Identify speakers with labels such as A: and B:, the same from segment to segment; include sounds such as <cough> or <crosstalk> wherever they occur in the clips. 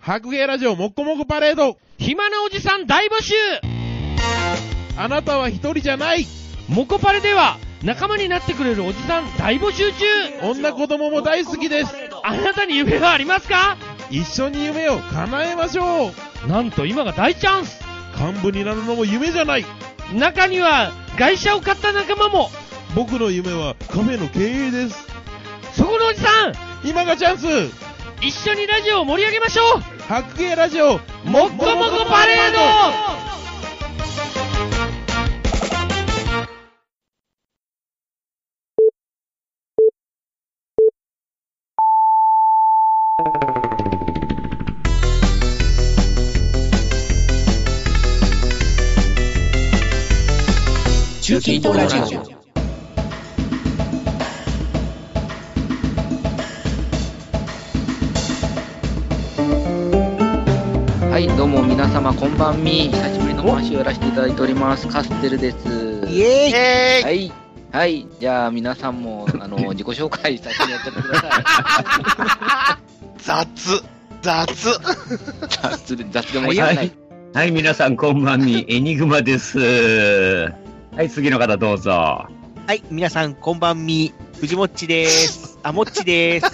A: 白芸ラジオもっこもこパレード
B: 暇なおじさん大募集
A: あなたは一人じゃない
B: モコパレでは仲間になってくれるおじさん大募集中
A: 女子供も大好きです
B: あなたに夢はありますか
A: 一緒に夢を叶えましょう
B: なんと今が大チャンス
A: 幹部になるのも夢じゃない
B: 中には外車を買った仲間も
A: 僕の夢はカフェの経営です
B: そこのおじさん
A: 今がチャンス
B: 一緒にラジオを盛り上げましょう
A: 白芸ラジオ
B: もっこもこパレード
C: 中継とラジオ。
D: はい、どうも皆様こんばんみ。久しぶりの回しをやらせていただいております。カステルです。
C: イエーイ
D: はい。はい。じゃあ皆さんも、あの、自己紹介先にやっちゃってくださ
E: <laughs> 雑雑
D: い。雑で、雑でもいいじゃない。
F: はい、皆さん、こんばん
D: <laughs>
F: み。エニグマです。はい、次の方どうぞ。
C: はい、皆さん、こんばんみ。藤もっち
E: <laughs>
C: です。あ、もっちです。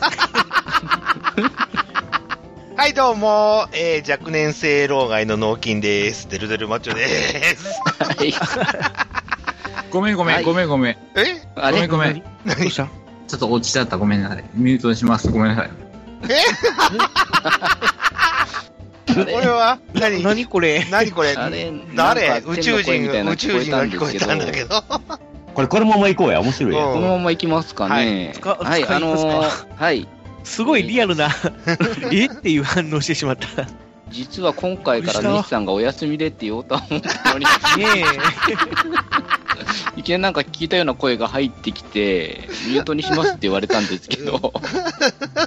E: はいどうも、えー、若年性老害の脳筋ですデルデルマッチョです
D: はい。
G: ごめんごめ
D: は
G: ん、
D: い
G: ごめんごめん。
E: え
D: あ
G: ごめ
D: れ
G: んごめん。
C: どうした
G: ちょっと落ちちゃった。ごめんなさい。ミュートにします。ごめんな <laughs> さい。
E: これは何何
C: 何これ
E: これ
D: あれ
E: 誰宇宙人が
D: が
E: 宇宙人が聞こえたんだけど
F: これ、このまま行こうや。面白いや。
D: このまま行きますかね。
C: はい使
D: はい、
C: 使
D: あ
C: いま
D: の
C: すか
D: ーはい。
C: すごいリアル
A: <laughs>
C: な、えっていう反応してしまった。
D: 実は今回から西さんがお休みでって言おうとは思ったのに、
C: ね
D: いきなりなんか聞いたような声が入ってきて、ミュートにしますって言われたんですけど。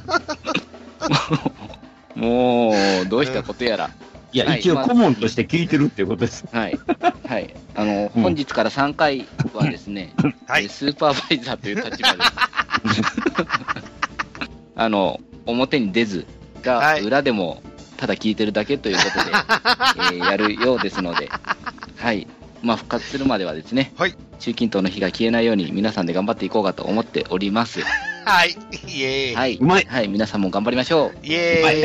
D: <laughs> もう、どうしたことやら。
F: いや、
D: はい
F: 一応
D: まあ
F: 顧問として聞いてるっていうことです。
D: はい。はい。あの、
F: うん
D: 本日から3回はですね、
E: はい
D: えースーパーバイザーという立
E: <laughs>
D: 場で、あの、表に出ずが、
E: はい
D: 裏でも、ただ聞いてるだけという
E: <laughs>
D: ことで、えーやるようですので、はい。まあ、復活するまではですね、
E: はい
D: 中近東の日が消えないように皆さんで頑張っていこうかと思っております。
E: はいイエーイ、
D: はい。
F: うまい
D: はい、皆さんも頑張りましょう。
E: イエーイ <laughs>
D: はい。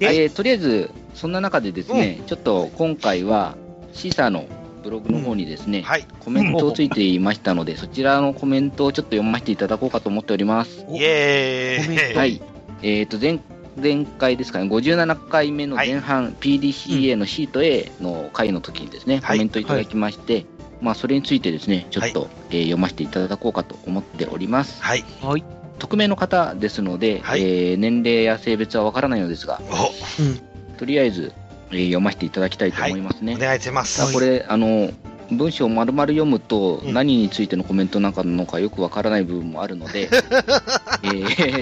C: え
D: えーとりあえず、そんな中でですね、ちょっと今回は、シーサーのブログの方にですね、
E: はい
D: コメントをついていましたので、そちらのコメントをちょっと読ませていただこうかと思っております。
E: イエ
C: ご
E: ーイ
D: はい。えっ、と、前、前回ですかね、57回目の前半、PDCA のシート A の回の時にですね、
E: はい
D: コメントいただきまして、まあ、それについてですね、ちょっと、えー読ませていただこうかと思っております。
E: はい
D: 匿名の方ですので、
E: はい
D: えー年齢や性別はわからないのですが、
E: お
D: とりあえず、えー読ませていただきたいと思いますね。
E: お願いします
D: さあこれあの文章を丸々読むと
E: うん
D: 何についてのコメントなんかなのかよくわからない部分もあるの
E: <laughs>
D: で、え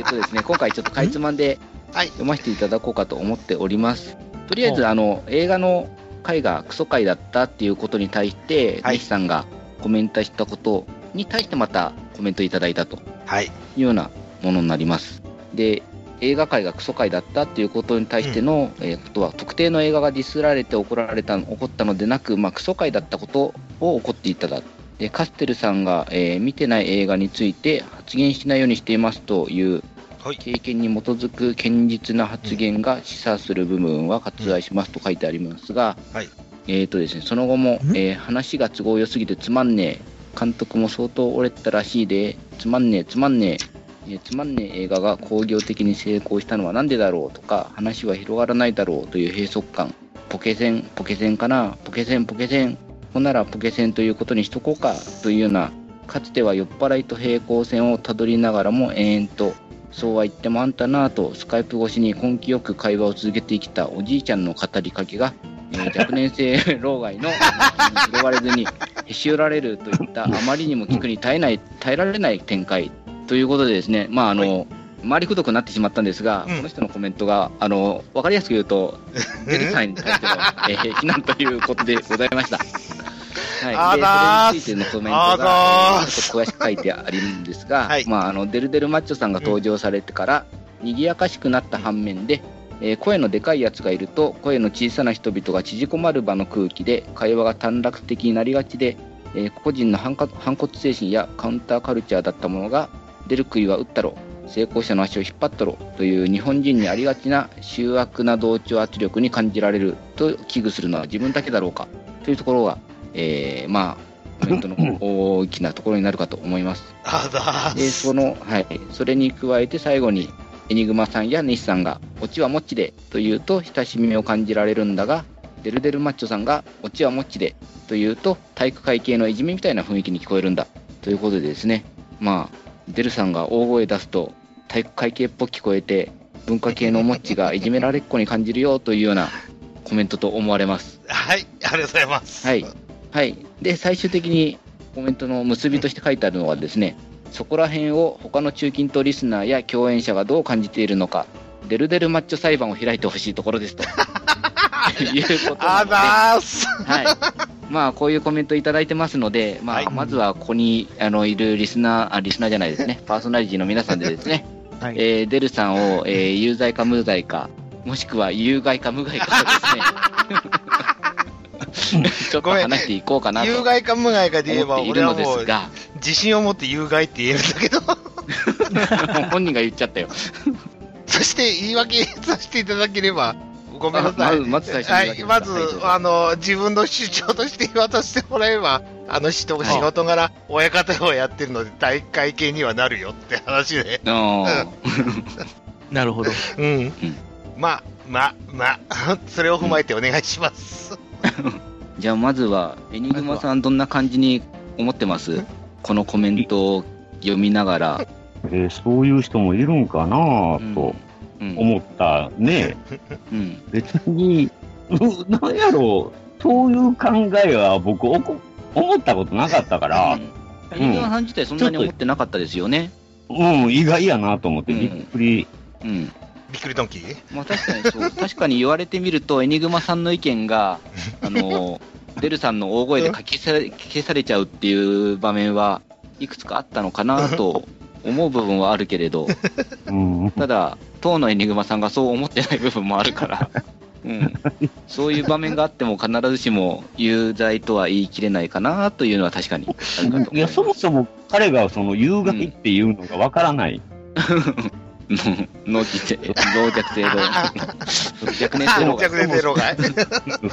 D: ーっとですね、今回ちょっとかいつまんで
E: はい
D: 読ませていただこうかと思っております。とりあえずあの映画の回がクソ回だったっていうことに対して、
E: はい
D: 西さんがコメントしたことに対してまたコメントいただいたと
E: はい
D: いうようなものになります。で映画界がクソ界だったっていうことに対しての、えーことは特定の映画がディスられて怒られた怒ったのでなく、まあ、クソ界だったことを怒っていただでカステルさんが、えー見てない映画について発言しないようにしていますという
E: はい
D: 経験に基づく堅実な発言が示唆する部分は割愛しますと書いてありますが、
E: はい
D: えーとですね、その後
C: ん、
D: もえー話が都合良すぎてつまんねえ監督も相当折れてたらしいでつまんねえつまんねええーつまんねえ映画が興行的に成功したのはなんでだろうとか話は広がらないだろうという閉塞感ポケセンポケセンかなポケセンポケセンほんならポケセンということにしとこうかというようなかつては酔っ払いと平行線をたどりながらも延々とそうは言ってもあんたなぁとスカイプ越しに根気よく会話を続けてきたおじいちゃんの語りかけが、えー若年性老害の話に拾われずにへし折られるといったあまりにも聞くに耐えない耐えられない展開ということでですねまああの、回りくどくなってしまったんですが、
E: うん
D: この人のコメントが、あの、わかりやすく言うと、デルさんに対しての、えー、非難ということでございました。はい。で
E: あざーす
D: それについてのコメント
E: あ
D: が、
E: ざー
D: ち
E: す
D: ょっと詳しく書いてあるんですが、
E: <laughs> はい
D: まあ、あの、デルデルマッチョさんが登場されてから、賑やかしくなった反面で、えー声のでかいやつがいると声の小さな人々が縮こまる場の空気で会話が短絡的になりがちで、えー個人の反骨反骨精神やカウンターカルチャーだったものが出る杭は打ったろ成功者の足を引っ張ったろという日本人にありがちな醜悪な同調圧力に感じられると危惧するのは自分だけだろうかというところが、えーまあコメントの大きなところになるかと思います。
E: あざー
D: で、その、はい、それに加えて最後に、エニグマさんや西さんが、オチはもっちでというと、親しみを感じられるんだが、デルデルマッチョさんが、オチはもっちでというと、体育会系のいじめみたいな雰囲気に聞こえるんだ。ということでですね、まあ、デルさんが大声出すと、体育会系っぽく聞こえて、文化系のモッチがいじめられっ子に感じるよというようなコメントと思われます。
E: はい、ありがとうございます。
D: はい。はい。で、最終的にコメントの結びとして書いてあるのはですね、そこら辺を他の中近東リスナーや共演者がどう感じているのか、デルデルマッチョ裁判を開いてほしいところですと。いうことな
E: あ
D: ので、
E: ざーす。
D: はい。まあ、こういうコメントいただいてますので、まあ、
E: はい
D: まずはここにあのいるリスナー、あ、リスナーじゃないです
E: <laughs>
D: ね、パーソナリティの皆さんでですね、
A: はい
D: えーデルさんを、えー有罪か無罪か、もしくは有害か無害か
E: <laughs>
D: をですね、ちょっと
E: ごめん
D: 話していこうかなと。
E: 有害か無害かで言えば、
D: 思ってい
E: 俺
D: る
E: は
D: ので
E: も
D: す
E: う、
D: が、
E: 自信を持って有害って言えるんだけど、 <laughs>
D: もう本人が言っちゃったよ。
E: そして言い訳 <laughs> させていただければ、ごめんなさ
D: あ
E: い。
D: まずまず最初
E: は
D: に
E: い、
D: 言い
E: ま
D: 訳
E: ず
D: をしてください、
E: あの、自分の主張として言わせてもらえば、あの人、仕事柄、親方をやってるので、大会系にはなるよって話で。
D: あ
A: なるほど。
E: うん。まあ、まあ、ま <laughs> あ、それを踏まえてお願いします。
D: ーじゃあまずは、エニグマさんどんな感じに思ってますこのコメントを読みながら。
F: えーそういう人もいるんかな
D: うん
F: と
D: うん。
F: 思ったね。
D: うん。
F: 別に、うなんやろう、そういう考えは僕、おこ思ったことなかったから、
D: エニグマさん自体そんなに思ってなかったですよね。
F: うん、意外やなと思って、
D: うん
F: びっくり。
D: うん。
E: びっくりドンキー
D: まあ確かにそう。確かに言われてみると、エニグマさんの意見 <laughs> が、あの、デルさんの大声で書き消さ消されちゃうっていう場面はいくつかあったのかなと思う部分はあるけれど、 <laughs>
F: うん、
D: ただ、当のエニグマさんがそう思ってない部分もある <laughs> から、うん、そういう場面があっても必ずしも有罪とは言い切れないかなというのは確かにあるかと思
F: いや、そもそも彼がその有害っていうのがわか
D: <laughs>
F: らない。
D: 脳気性、老若性老。若年性老
E: あ、
D: が
E: 弱年性老
D: <laughs>
E: 害。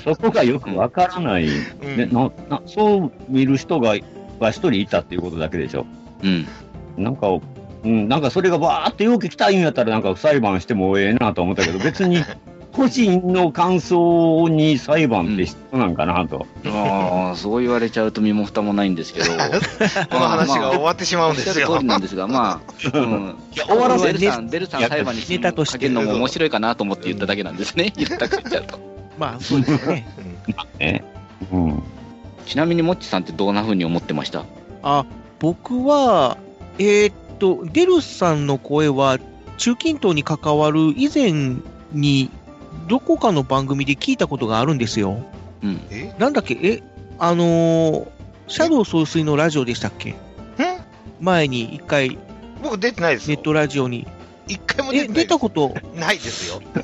F: そこがよくわからない、
E: うん
F: でなな。そう見る人がが一人いたっていうことだけでしょ。
D: うん。
F: なんか、うん、なんかそれがバーってよく来たいんやったら、なんか裁判してもええなと思ったけど、別に個人の感想に裁判って必要なんかなと。
D: ああ、そう言われちゃうと身も蓋もないんですけど。
E: この話が終わってしま
D: お
E: うん
D: っ
E: で
D: しゃ
E: す
D: る
E: よ
D: 通り。なんですが、まあ、うん、
F: 終わらせ
D: デルさん、デルさん裁判に
A: ネタとして
D: かけるのも面白いかなと思って言っただけなんですね。言ったく言っちゃうと。
A: まあ、そうですね。
F: うん。
D: ちなみに、もっちさんってどんな風に思ってました
H: あ、僕は、えーっと、デルさんの声は、中近東に関わる以前に、どこかの番組で聞いたことがあるんですよ。
D: うん。
E: え
H: なんだっけ、え、あのーシャドウ総帥のラジオでしたっけ前に一回、
E: 僕出てないです
H: ネ
E: よ
H: ッ。トラジオに。
E: 一回も出
H: え、
E: てないで
H: 出
E: す
H: た。こと、
E: ないですよ。
F: な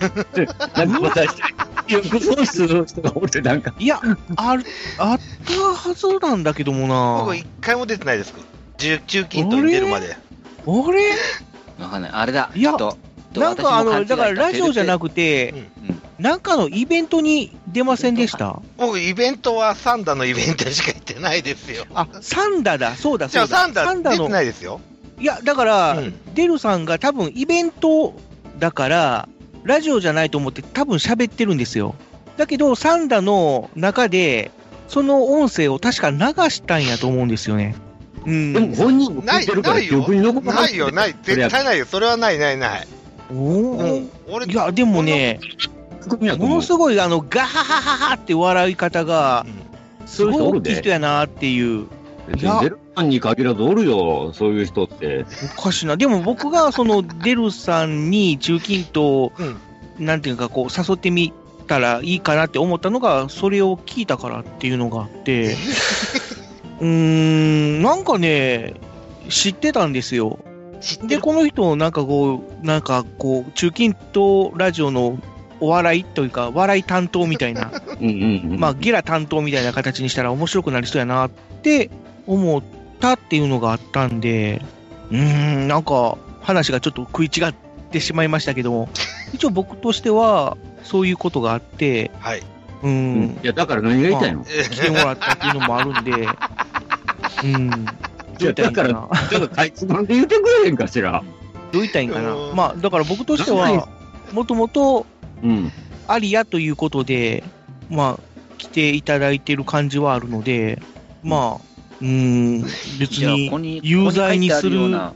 F: んか私、欲喪失の人がおって、なんか、
H: いや、ある、あったはずなんだけどもな
E: 僕一回も出てないです。中中近東に出るまで。
H: あれ
D: わかんない。あれだ。
H: いや
D: ちょっとちょ
H: な
D: っ
H: ん
D: と
H: かあ
D: 私
H: の、
D: 勘違い
H: だからラジオじゃな
D: く
H: くて、
D: うん
H: なんかのイベントに出ませんでした
E: 僕イベントはサンダのイベントしか行ってないですよ。
H: あ、サンダだ、そうだ、
E: じ
H: そ
E: ゃ
H: う
E: あ
H: だ。
E: サンダ出て
H: の、
E: ないですよ。
H: いや、だから、
E: うん
H: デルさんが多分イベントだから、ラジオじゃないと思って多分喋ってるんですよ。だけど、サンダの中で、その音声を確か流したんやと思うんですよね。う
F: でも
H: ん。
F: 本人も聞いてるか
E: な
F: ら、
E: いない
F: 記
E: よ
F: 憶に残ら
E: ないよ、ない。絶
F: そりゃ
E: 対ないよ。それはない、ない、ない。
H: お
E: う
H: ー
E: ん。俺、
H: いや、でもね、
F: 仕組みやと
H: も
F: 思う
H: のすごい、あの、ガハハハハって笑い方が、す
F: そう
H: ご
F: いう
H: い
F: 人おる
H: 大きい人
F: で。
H: やなっていう。
F: 別
H: いや
F: に、ゼルマンに限らずおるよ、そういう人って。
H: おかしいな。でも僕がそのデルさんに中近東、
E: うん
H: なんていうかこう誘ってみたらいいかなって思ったのが、それを聞いたからっていうのがあ <laughs> って、うーん、なんかね、知ってたんですよ。
E: 知って
H: で、
E: る
H: この人、なんかこう、なんかこう、中近東ラジオのお笑いというか、笑い担当みたいな、
F: うんうんうん。
H: まあ、ゲラ担当みたいな形にしたら面白くなりそうやなって思ったっていうのがあったんで、うーん、なんか話がちょっと食い違ってしまいましたけど
F: <laughs>
H: も、一応僕としては、そういうことがあって、
E: はい。
H: う
F: う
H: ー
F: んん、いや、だから何が言いたいの
H: 来てもらったっていうのもあるんで、うん、どういったらいいんか
F: いやだ
H: な。
F: ちょっとかいつまんで言ってくれへんかしら。
H: どういったらいいんかな
E: う。ん
H: まあ、だから僕として
F: なん
H: は、もともと
F: うん。
H: アリアということで、まあ、来ていただいてる感じはあるので、まあ、うーん、別
D: じゃあここ
H: に
D: に
H: 有罪にす
D: ここに書い
H: る
D: てあような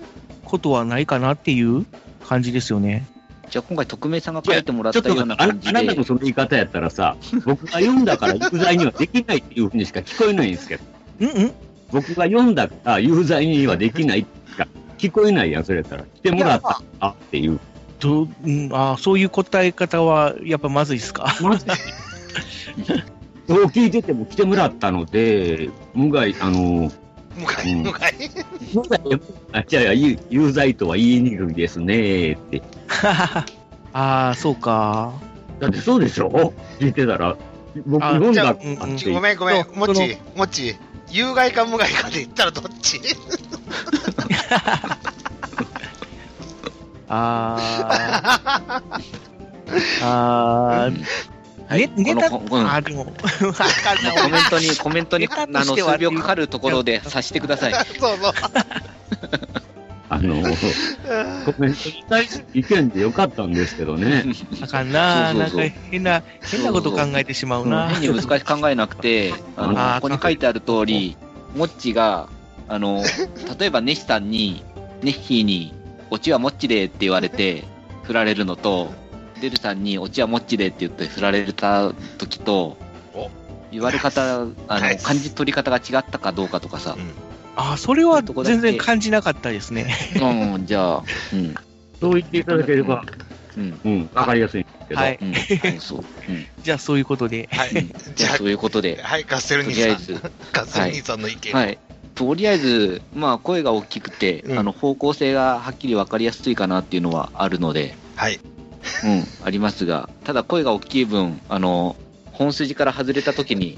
H: ことはないかなっていう感じですよね。
D: じゃあ今回、匿名さんが書いてもらっ
F: ちょ
D: た
F: っと
D: よう
F: 待
D: な
F: ってあな
D: 感じ
F: あなた
D: で
F: の、その言い方やった
D: <laughs>
F: らさ、僕が読んだから有罪にはできないっていうふうにしか聞こえないんですけど、
H: うんうん
F: 僕が読んだから有罪にはできないってしか聞こえないやん、それやったら。来てもらったあっていう。
H: どううん、あーそういう答え方はやっぱまずいっすか。 <laughs>
F: マジでそう聞いてても来てもらったので、無害、あの、
E: <laughs> 向かい、
F: うん
E: 向かい。
F: 無害、あ、じゃあ、有有罪とは言いにくいですねって。
H: ああ、そうか。
F: だってそうでしょ聞いてたら、僕
H: あ
F: 読んだ
H: じゃあうんうん
E: ごめん、ごめん
H: そ。う
E: もっち
H: そ、
E: もっち、有害か無害かで言ったらどっち
H: ああ。ああ。ね、
D: こ
H: ネ
D: の
H: タ、
D: ここの
H: あーでも、わ <laughs> かんない
D: コメント
H: <laughs>
D: に、コメントに、
H: ネタ
D: あ
H: と
D: の、
H: しては
D: 数秒かかるところで察してください。
E: <laughs> そうそう。
F: あの、
H: <laughs>
F: コメントに対する意見でよかったんですけどね。
D: <laughs>
H: あかんな、
D: そう
H: な
D: そう
H: んか
D: そう
H: 変な、変なこと考えてしまう <laughs> な。
D: 変に難しく考えなくて、あの
H: あー
D: ここに書いてある通り、モッチが、あの、例えばネヒさんに、ネッヒーに、オチはモッチでって言われて、振られるのと、デルさんに、オチはモッチでって言って振られた時と
E: お、
D: 言われ方、あ
E: ナ
D: の、
E: イス
D: 感じ取り方が違ったかどうかとかさ、
H: あーそれは全然感じなかったですね。
D: うん、じゃあ、うん、
F: そう言っていただければ、
D: うん、
F: うん、わかりやすいんですけど。
H: はい。
D: うん、はいそう、うん。
H: じゃあ、そういうことで。 <laughs>
E: はい。じ
D: じ
E: ゃ
D: ゃあ、そういうこと
E: あ、
D: で、
E: はい、カステル
D: と
E: 兄
D: りあ
E: さ
D: え
E: ん。
D: ず、
E: カステル兄さんの意見。
D: はい。とりあえず、まあ、声が大きくて、
E: うん
D: あの、方向性がはっきり分かりやすいかなっていうのはあるので、
E: はい。
D: うん、ありますが、ただ声が大きい分、あの、本筋から外れた時に、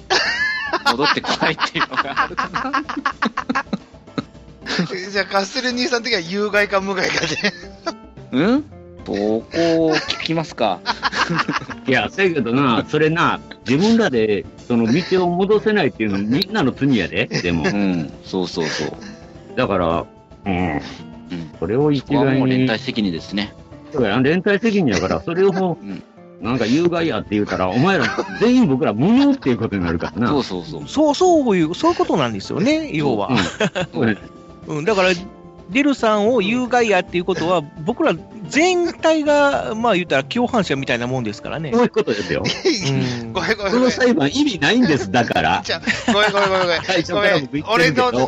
D: 戻ってこないっていうのが
E: <laughs>
D: あるかな。
E: じゃあ、カステル兄さん的には有害か無害かで。
D: うんそこを聞きますか。
F: いや、せやけどな、それな、自分らで、その道を戻せないっていうの、みんなの罪やで、でも
D: う。ん、そうそうそう。
F: だから、うん。
D: うん、
F: それを一
D: そこは
F: 概
D: もう連
F: に、
D: 帯責任ですね。
F: そうや連帯責任やから、それをもう
D: うん
F: なんか有害やって言うたら、お前ら全員僕ら無能っていうことになるからな。
D: そうう
F: <laughs>
D: そうそう。
H: そう、そういう、そういうことなんですよね、要は。
F: ん
H: うん、だから、デルさんを有害やっていうことは、僕ら全体が、まあ言ったら共犯者みたいなもんですからね
F: そ。ういうことですよ。
H: うん
E: ごめん、ごめん、ご
F: こ
E: めん
F: の。裁判意味ないんです、だ
E: <laughs>
F: から。
E: じゃあ、ごめん、ごめん、ごめん。ごめん
F: 最初から僕言って
E: 俺
F: るけ
E: の、
F: ど
E: ね。、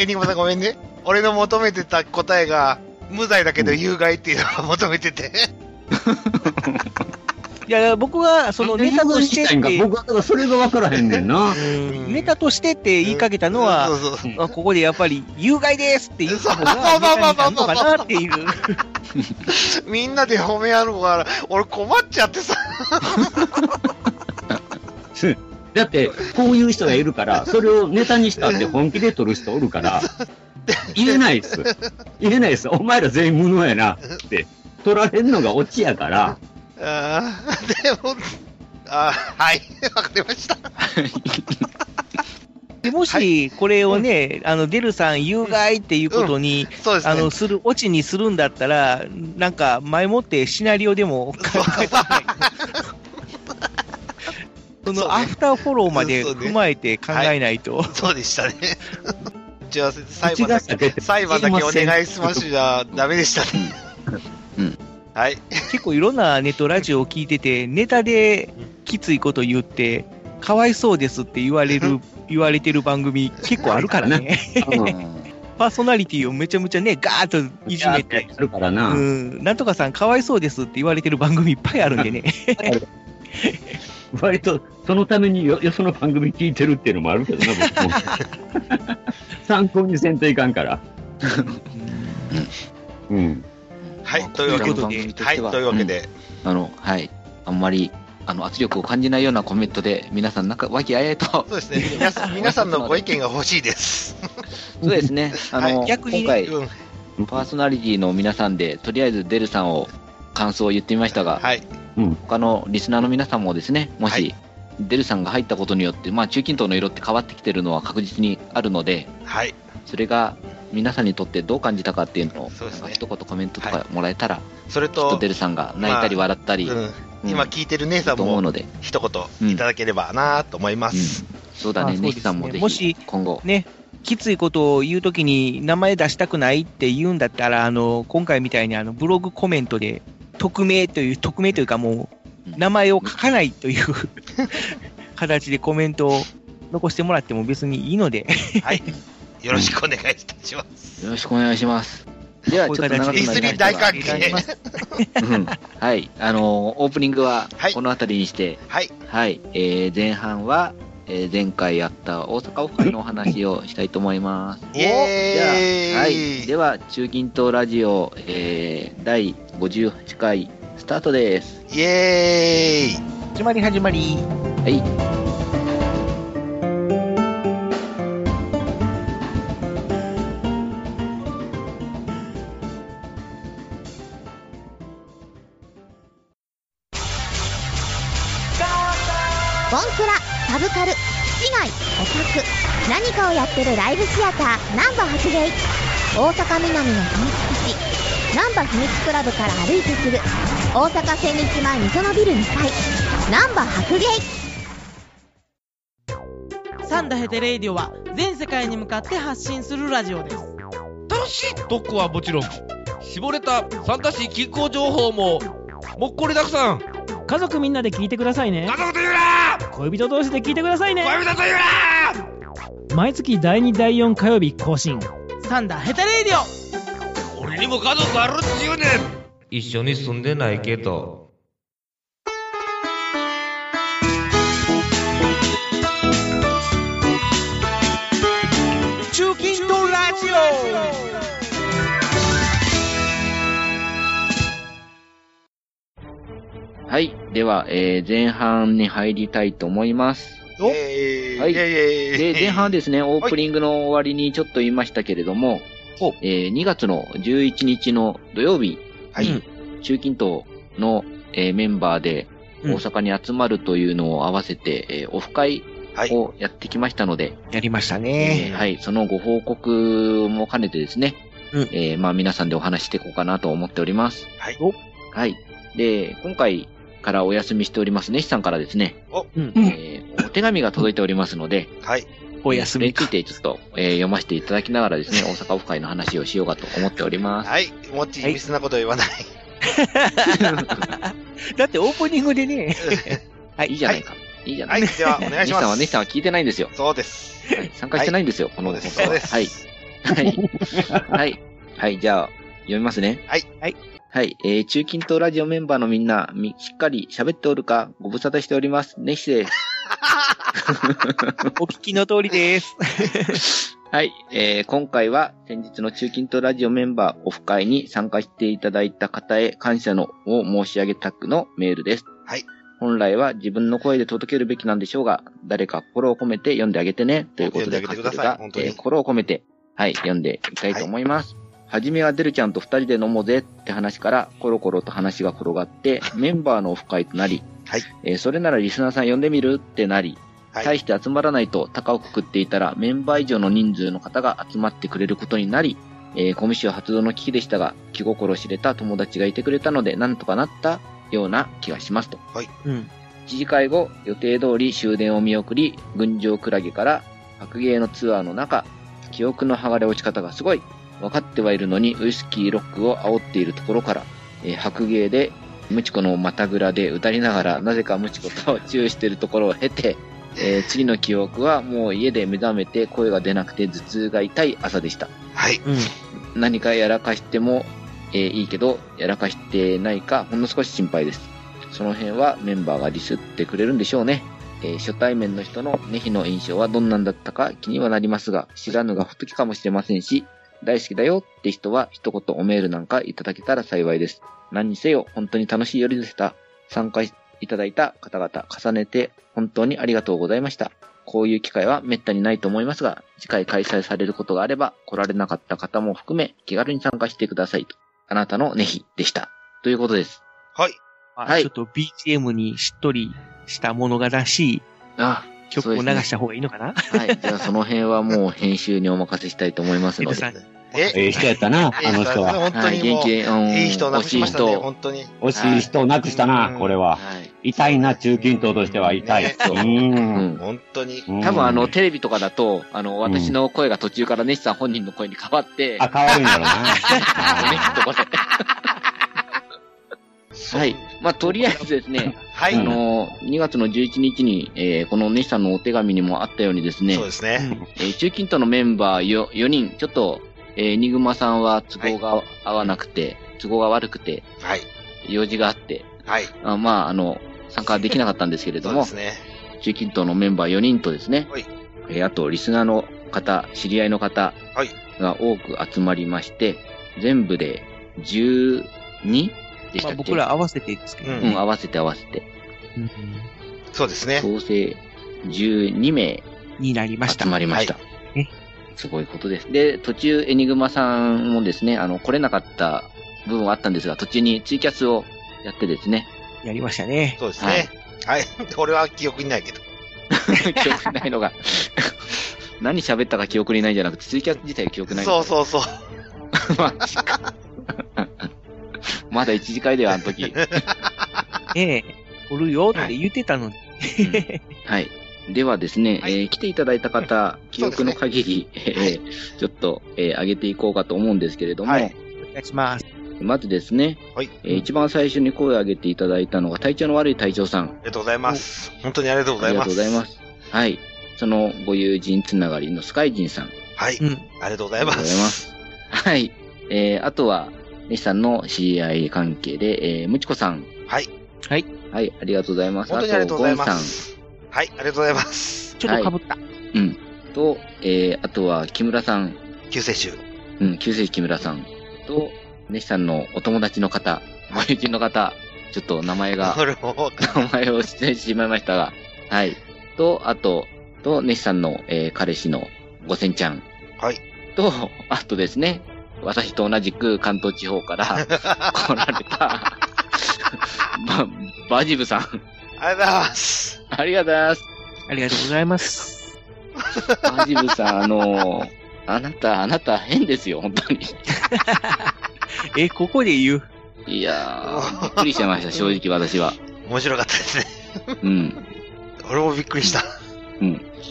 E: エニグマさんごめんね。俺の求めてた答えが、無罪だけど有害っていうのを求めてて。
H: いやいや、僕は、そのネタとしてって、う
F: 僕はだからそれが分からへんねんな。
H: んネタとしてって <laughs> 言いかけたのは、
E: そうそうそう
H: あここでやっぱり、有害ですって言った方が、 <laughs> ネタになるのかなっていう。
E: みんなで褒め合うから、俺困っちゃってさ。
F: だって、こういう人がいるから、それをネタにしたって本気で取る人おるから、言えないっす。言えないっす。お前ら全員無能やなって。取られるのがオチやから、
E: あーでも、あーはい、わかりました。
H: でも
E: は
H: し、これをね、あの、デルさん有害っていうことに、
E: そうです
H: あ
E: ね。
H: の、する、オチにするんだったら、なんか、前もってシナリオでも考えた方がいいそ
E: そう
H: の、
E: ね
H: アフターフォローまで
E: そうね
H: 踏まえて考えないと。
E: <laughs> そうでしたね。 <laughs> じゃあ、裁
F: 口
E: 判だ
F: が
E: け、
D: <laughs>
F: 裂けて、
E: 裁判だけお願いしますじゃダメでしたね。
D: うんうん
E: はい。
H: 結構いろんなネットラジオを聞いてて、ネタできついこと言って、かわいそうですって言われ <laughs> る、言われてる番組結構あるからね。
D: うん
H: パーソナリティをめちゃめちゃね、ガーッといじめて。
F: あるから
H: う
F: な。
H: ん、なんとかさんかわいそうですって言われてる番組いっぱいあるんでね。 <laughs>
F: 割と、そのためによ、よその番組聞いてるっていうのもあるけどな、僕も。参考にせんといかんから。うん。
E: はい、という
D: こちら
E: わけ
D: の
E: で、
D: 番組とし
E: はい、
D: ては、
E: というわけで、
D: あの、はい。あんまり、あの、圧力を感じないようなコメントで、皆さん、なんか、和気あいあいと。
E: そうですね皆さ
D: <laughs>
E: ん、皆さんのご意見が欲しいです。
D: そうですね。あの、
E: はい
H: 逆に
D: 今回、
E: うん、
D: パーソナリティの皆さんで、とりあえずデルさんを感想を言ってみましたが、
E: はい、
D: 他のリスナーの皆さんもですね、もし、
E: はい
D: デルさんが入ったことによって、まあ、中近東の色って変わってきてるのは確実にあるので、
E: はい、
D: それが皆さんにとってどう感じたかっていうのを、
E: そうですね
D: なんか一言コメントとかもらえたら、
E: それ
D: きっと
E: と
D: デ、ルさんが泣いたり笑ったり、
E: うん、
D: うん
E: 今聞いてる姉さん
D: と思う
E: も
D: ので、
E: 一言いただければなと思います。
D: そうだ
H: まあ
D: ね、
H: そう
D: ネ
H: です
D: ヒ
H: ね
D: さんもぜ
H: も
D: ひ
H: し
D: 今後、
H: ね、きついことを言うときに名前出したくないって言うんだったら、あの、今回みたいにあのブログコメントで、匿名という、匿名というかも
D: うん
H: う、名前を書かないという <laughs> 形でコメントを残してもらっても別にいいので、
E: はい、よろしくお願いいたします。
D: よろしくお願いします。では、ちょ
H: こ
D: っ
H: う
D: と
H: いう
D: 長くな
H: 形
D: り
H: で
D: ま
E: E3
D: し
E: 大
D: たが、
E: 歓迎。
D: うんはい、あのーオープニングは
E: はい
D: この辺りにして、
E: はい、
D: はい、えー前半は、えー前回やった大阪オフ会のお話をしたいと思います。
E: イエ
D: は
E: ー
D: い、
E: イ。
D: では、中近東ラジオ、えー第58回スタートです。
E: イエーイ。
H: 始まり始まり。
D: はい。
I: ボンクラサブカル市街オタク何かをやってるライブシアター難波発芸大阪南の秘密基地難波秘密クラブから歩いてすぐ大阪千日前みそのビル2階難波白芸
J: サンダヘテレイディオは全世界に向かって発信するラジオです
B: 楽しい特こはもちろん絞れた参加し気候情報ももっこりたくさん
J: 家族みんなで聞いてくださいね
B: 家族と言うな
J: 恋人同士で聞いてくださいね
B: 恋人と言うな
J: 毎月第2第4火曜日更新サンダヘテレイディオ
B: 俺にも家族あるっちゅうねん一緒に住んでないけど
H: 中近東ラジオ
D: はい。では、えー前半に入りたいと思います。
E: イエーイ。
D: はい
E: イエーイ
D: で、前半はですね、オープニングの終わりにちょっと言いましたけれども、
E: ほう
D: えー2月の11日の土曜日、
E: はい
D: 中近東の、えーメンバーで
H: うん
D: 大阪に集まるというのを合わせて、えーオフ会
E: はい
D: をやってきましたので、
H: やりました
D: え
H: ね。
D: ーはい、そのご報告も兼ねてですね、
H: うん
D: えーまあ皆さんでお話ししていこうかなと思っております。
E: はい
D: はい。で、今回からお休みしておりますねしさんからですね、
E: お
H: うん
D: えーお手紙が届いておりますので、
E: はい。
H: お
D: そ
H: 休み
D: れについてちょっと、えー読ませていただきながらですね、大阪オフ会の話をしようかと思っております。
E: はい。もっち、ミスなこと言わない。
H: だってオープニングでね、
D: いいじゃないか。い、いじゃな
E: はいい。
D: か。
E: では、お願い
D: 西
E: しま
D: さんは、
E: す。
D: 西さんは聞いてないんですよ。
E: そうです。
D: はい参加してないんですよ、こ
E: そ
D: の
E: う
D: 放
E: です。
D: 送
E: そう
D: は。
E: です。
D: はい。はい。はい。はい、じゃあ、読みますね。
E: はい。
H: はい。
D: はい、えー、中近東ラジオメンバーのみんな、みしっかり喋っておるか、ご無沙汰しております。ネヒです。
H: <laughs> お聞きの通りです。
D: はい、えー、今回は先日の中近東ラジオメンバーオフ会に参加していただいた方へ感謝のを申し上げたくのメールです。
E: はい。
D: 本来は自分の声で届けるべきなんでしょうが、誰か心を込めて読んであげてね、ということで、
E: 読んで
D: カップル
E: あげてください本当に
D: えー心を込めて、はい、読んでいきたいと思います。はじめはデルちゃんと二人で飲もうぜって話から、コロコロと話が転がって、メンバーのオフ会となり、
E: はい
D: えーそれならリスナーさん呼んでみるってなり、
E: はい
D: 大して集まらないと高をくくっていたら、メンバー以上の人数の方が集まってくれることになり、えーコミュ障発動の危機でしたが、気心知れた友達がいてくれたので、なんとかなったような気がしますと。
H: うん。
D: 一時会後、予定通り終電を見送り、群青クラゲから白芸のツアーの中、記憶の剥がれ落ち方がすごい。分かってはいるのに、ウイスキーロックを煽っているところから、えー白芸で、ムチコのまたぐらで歌りながら、なぜかムチコとチューしてるところを経て、えー次の記憶はもう家で目覚めて声が出なくて頭痛が痛い朝でした。
E: はい。
H: うん。
D: 何かやらかしても、えーいいけど、やらかしてないか、ほんの少し心配です。その辺はメンバーがディスってくれるんでしょうね。えー初対面の人のネヒの印象はどんなんだったか気にはなりますが、知らぬが仏かもしれませんし、大好きだよって人は一言おメールなんかいただけたら幸いです。何にせよ本当に楽しい夜でした。参加いただいた方々重ねて本当にありがとうございました。こういう機会は滅多にないと思いますが、次回開催されることがあれば来られなかった方も含め気軽に参加してくださいと。あなたのネヒでした。ということです。
E: はい。
D: はい
H: ちょっと BGM にしっとりしたものがらしい
D: あ、
H: 曲
D: そう
H: を
D: で
H: 流
D: すね
H: した方がいいのか
D: は
H: な、
D: い。じゃあその辺はもう編集にお任せしたいと思いますの
H: 皆
D: で。
H: さん、
F: ええ人やったな、あの人は。
E: 本当
D: はい、
E: にも
D: 元
E: う、
D: 気で、うん、
E: いい人をなくしました
D: 惜
E: ね、
D: い人
E: 本当に。
F: 惜しい人をなくした
E: う
F: な、
E: ん
F: これは。
D: はい。
F: 痛いな、中近東としては痛い。
E: ね
F: う。
D: うんん。
E: 本当に。
F: うん
D: 多分あの、、テレビとかだと、あの、私の声が途中からネシさん本人の声に変わって、
F: あ、変わるんだろう
H: <laughs>
F: な。
D: ネ
F: は
D: シとこ
E: <laughs>
D: で。はい。まあ、とりあえずですね、
E: は
D: あ
E: い。
D: の、2月の11日に、えーこのネシさんのお手紙にもあったようにですね
E: そう、ですね。
D: えー中近東のメンバーよ4人、ちょっと、えーエニグマさんは都合が合わなくて、都合が悪くて、
E: はい。
D: 用事があって、
E: はい。
D: あまあ、あの、参加できなかったんですけれど
E: <laughs> そうで
D: も
E: す、ね。
D: 中近東のメンバー4人とですね、
E: はい
D: えーあとリスナーの方、知り合いの方
E: はい
D: が多く集まりまして、全部で 12? でした
H: まあ、
D: っけ、
H: 僕ら合わせてですけど、
E: う
D: うん、合わせて合わせて、
H: うん
E: そうですね。
D: 総勢12名
H: になりました
D: 集。まりました。
H: いね
D: すごいことです。で、途中、エニグマさんもですね、あの、来れなかった部分はあったんですが、途中にツイキャスをやってです
E: <laughs>
D: ね、
H: やりましたね。
E: そうですね。はい。 <laughs> 俺は記憶にないけど。
D: 記憶にないのが、 <laughs> 何喋ったか記憶にないんじゃなくて、ツイキャス自体が記憶ないんですよ
E: そうそうそう。
D: マジか。まだ一次会ではあの
E: <laughs>
D: 時。
H: ええ、おるよって言ってたのに、
D: はい。ではですね、
E: はい
D: えー来ていただいた方、記憶の限り、えーちょっと、えー上げていこうかと思うんですけれども、
E: はい
H: お願いします。
D: まずですね、
E: はい
D: えー一番最初に声を上げていただいたのが、体調の悪い隊長さん。
E: ありがとうございます。本当にありがとう
D: あ
E: ござい
D: りが
E: ま
D: と
E: す。
D: うございます。はい。そのご友人つながりのスカイジンさん。
E: はい。
H: うん。
E: ありがとうございま。
D: ありがとうございますはい。えーあとは、西さんの知り合い関係で、えー、むちこさん。
E: はい。
H: はい。
D: はい、ありがとうございます。
E: 本当にありがとうございま
D: あとゴンさん。
E: す。はい。ありがとうございます。
H: ちょっと被った。
D: うん。と、えー、あとは、木村さん。
E: 救世主。
D: うん、旧世紀木村さん。と、ネシさんのお友達の方、ご友人の方、ちょっと名前が、
E: <laughs> 俺も、
D: 名前を失礼してしまいましたが、はい。と、あと、と、ネシさんの、えー彼氏のごせんちゃん。
E: はい。
D: と、あとですね、私と同じく関東地方から来られた、ば、バジブさん。
E: ありがとうございます。
D: ありがとうございます。
H: ありがとうございます。
D: マジブさん、あのーあなた、あなた変ですよ、本当に。
H: え、ここで言う。
D: いやー、びっくりしてました、正直私は。
E: 面白かったですね。
D: うん。
E: 俺もびっくりした。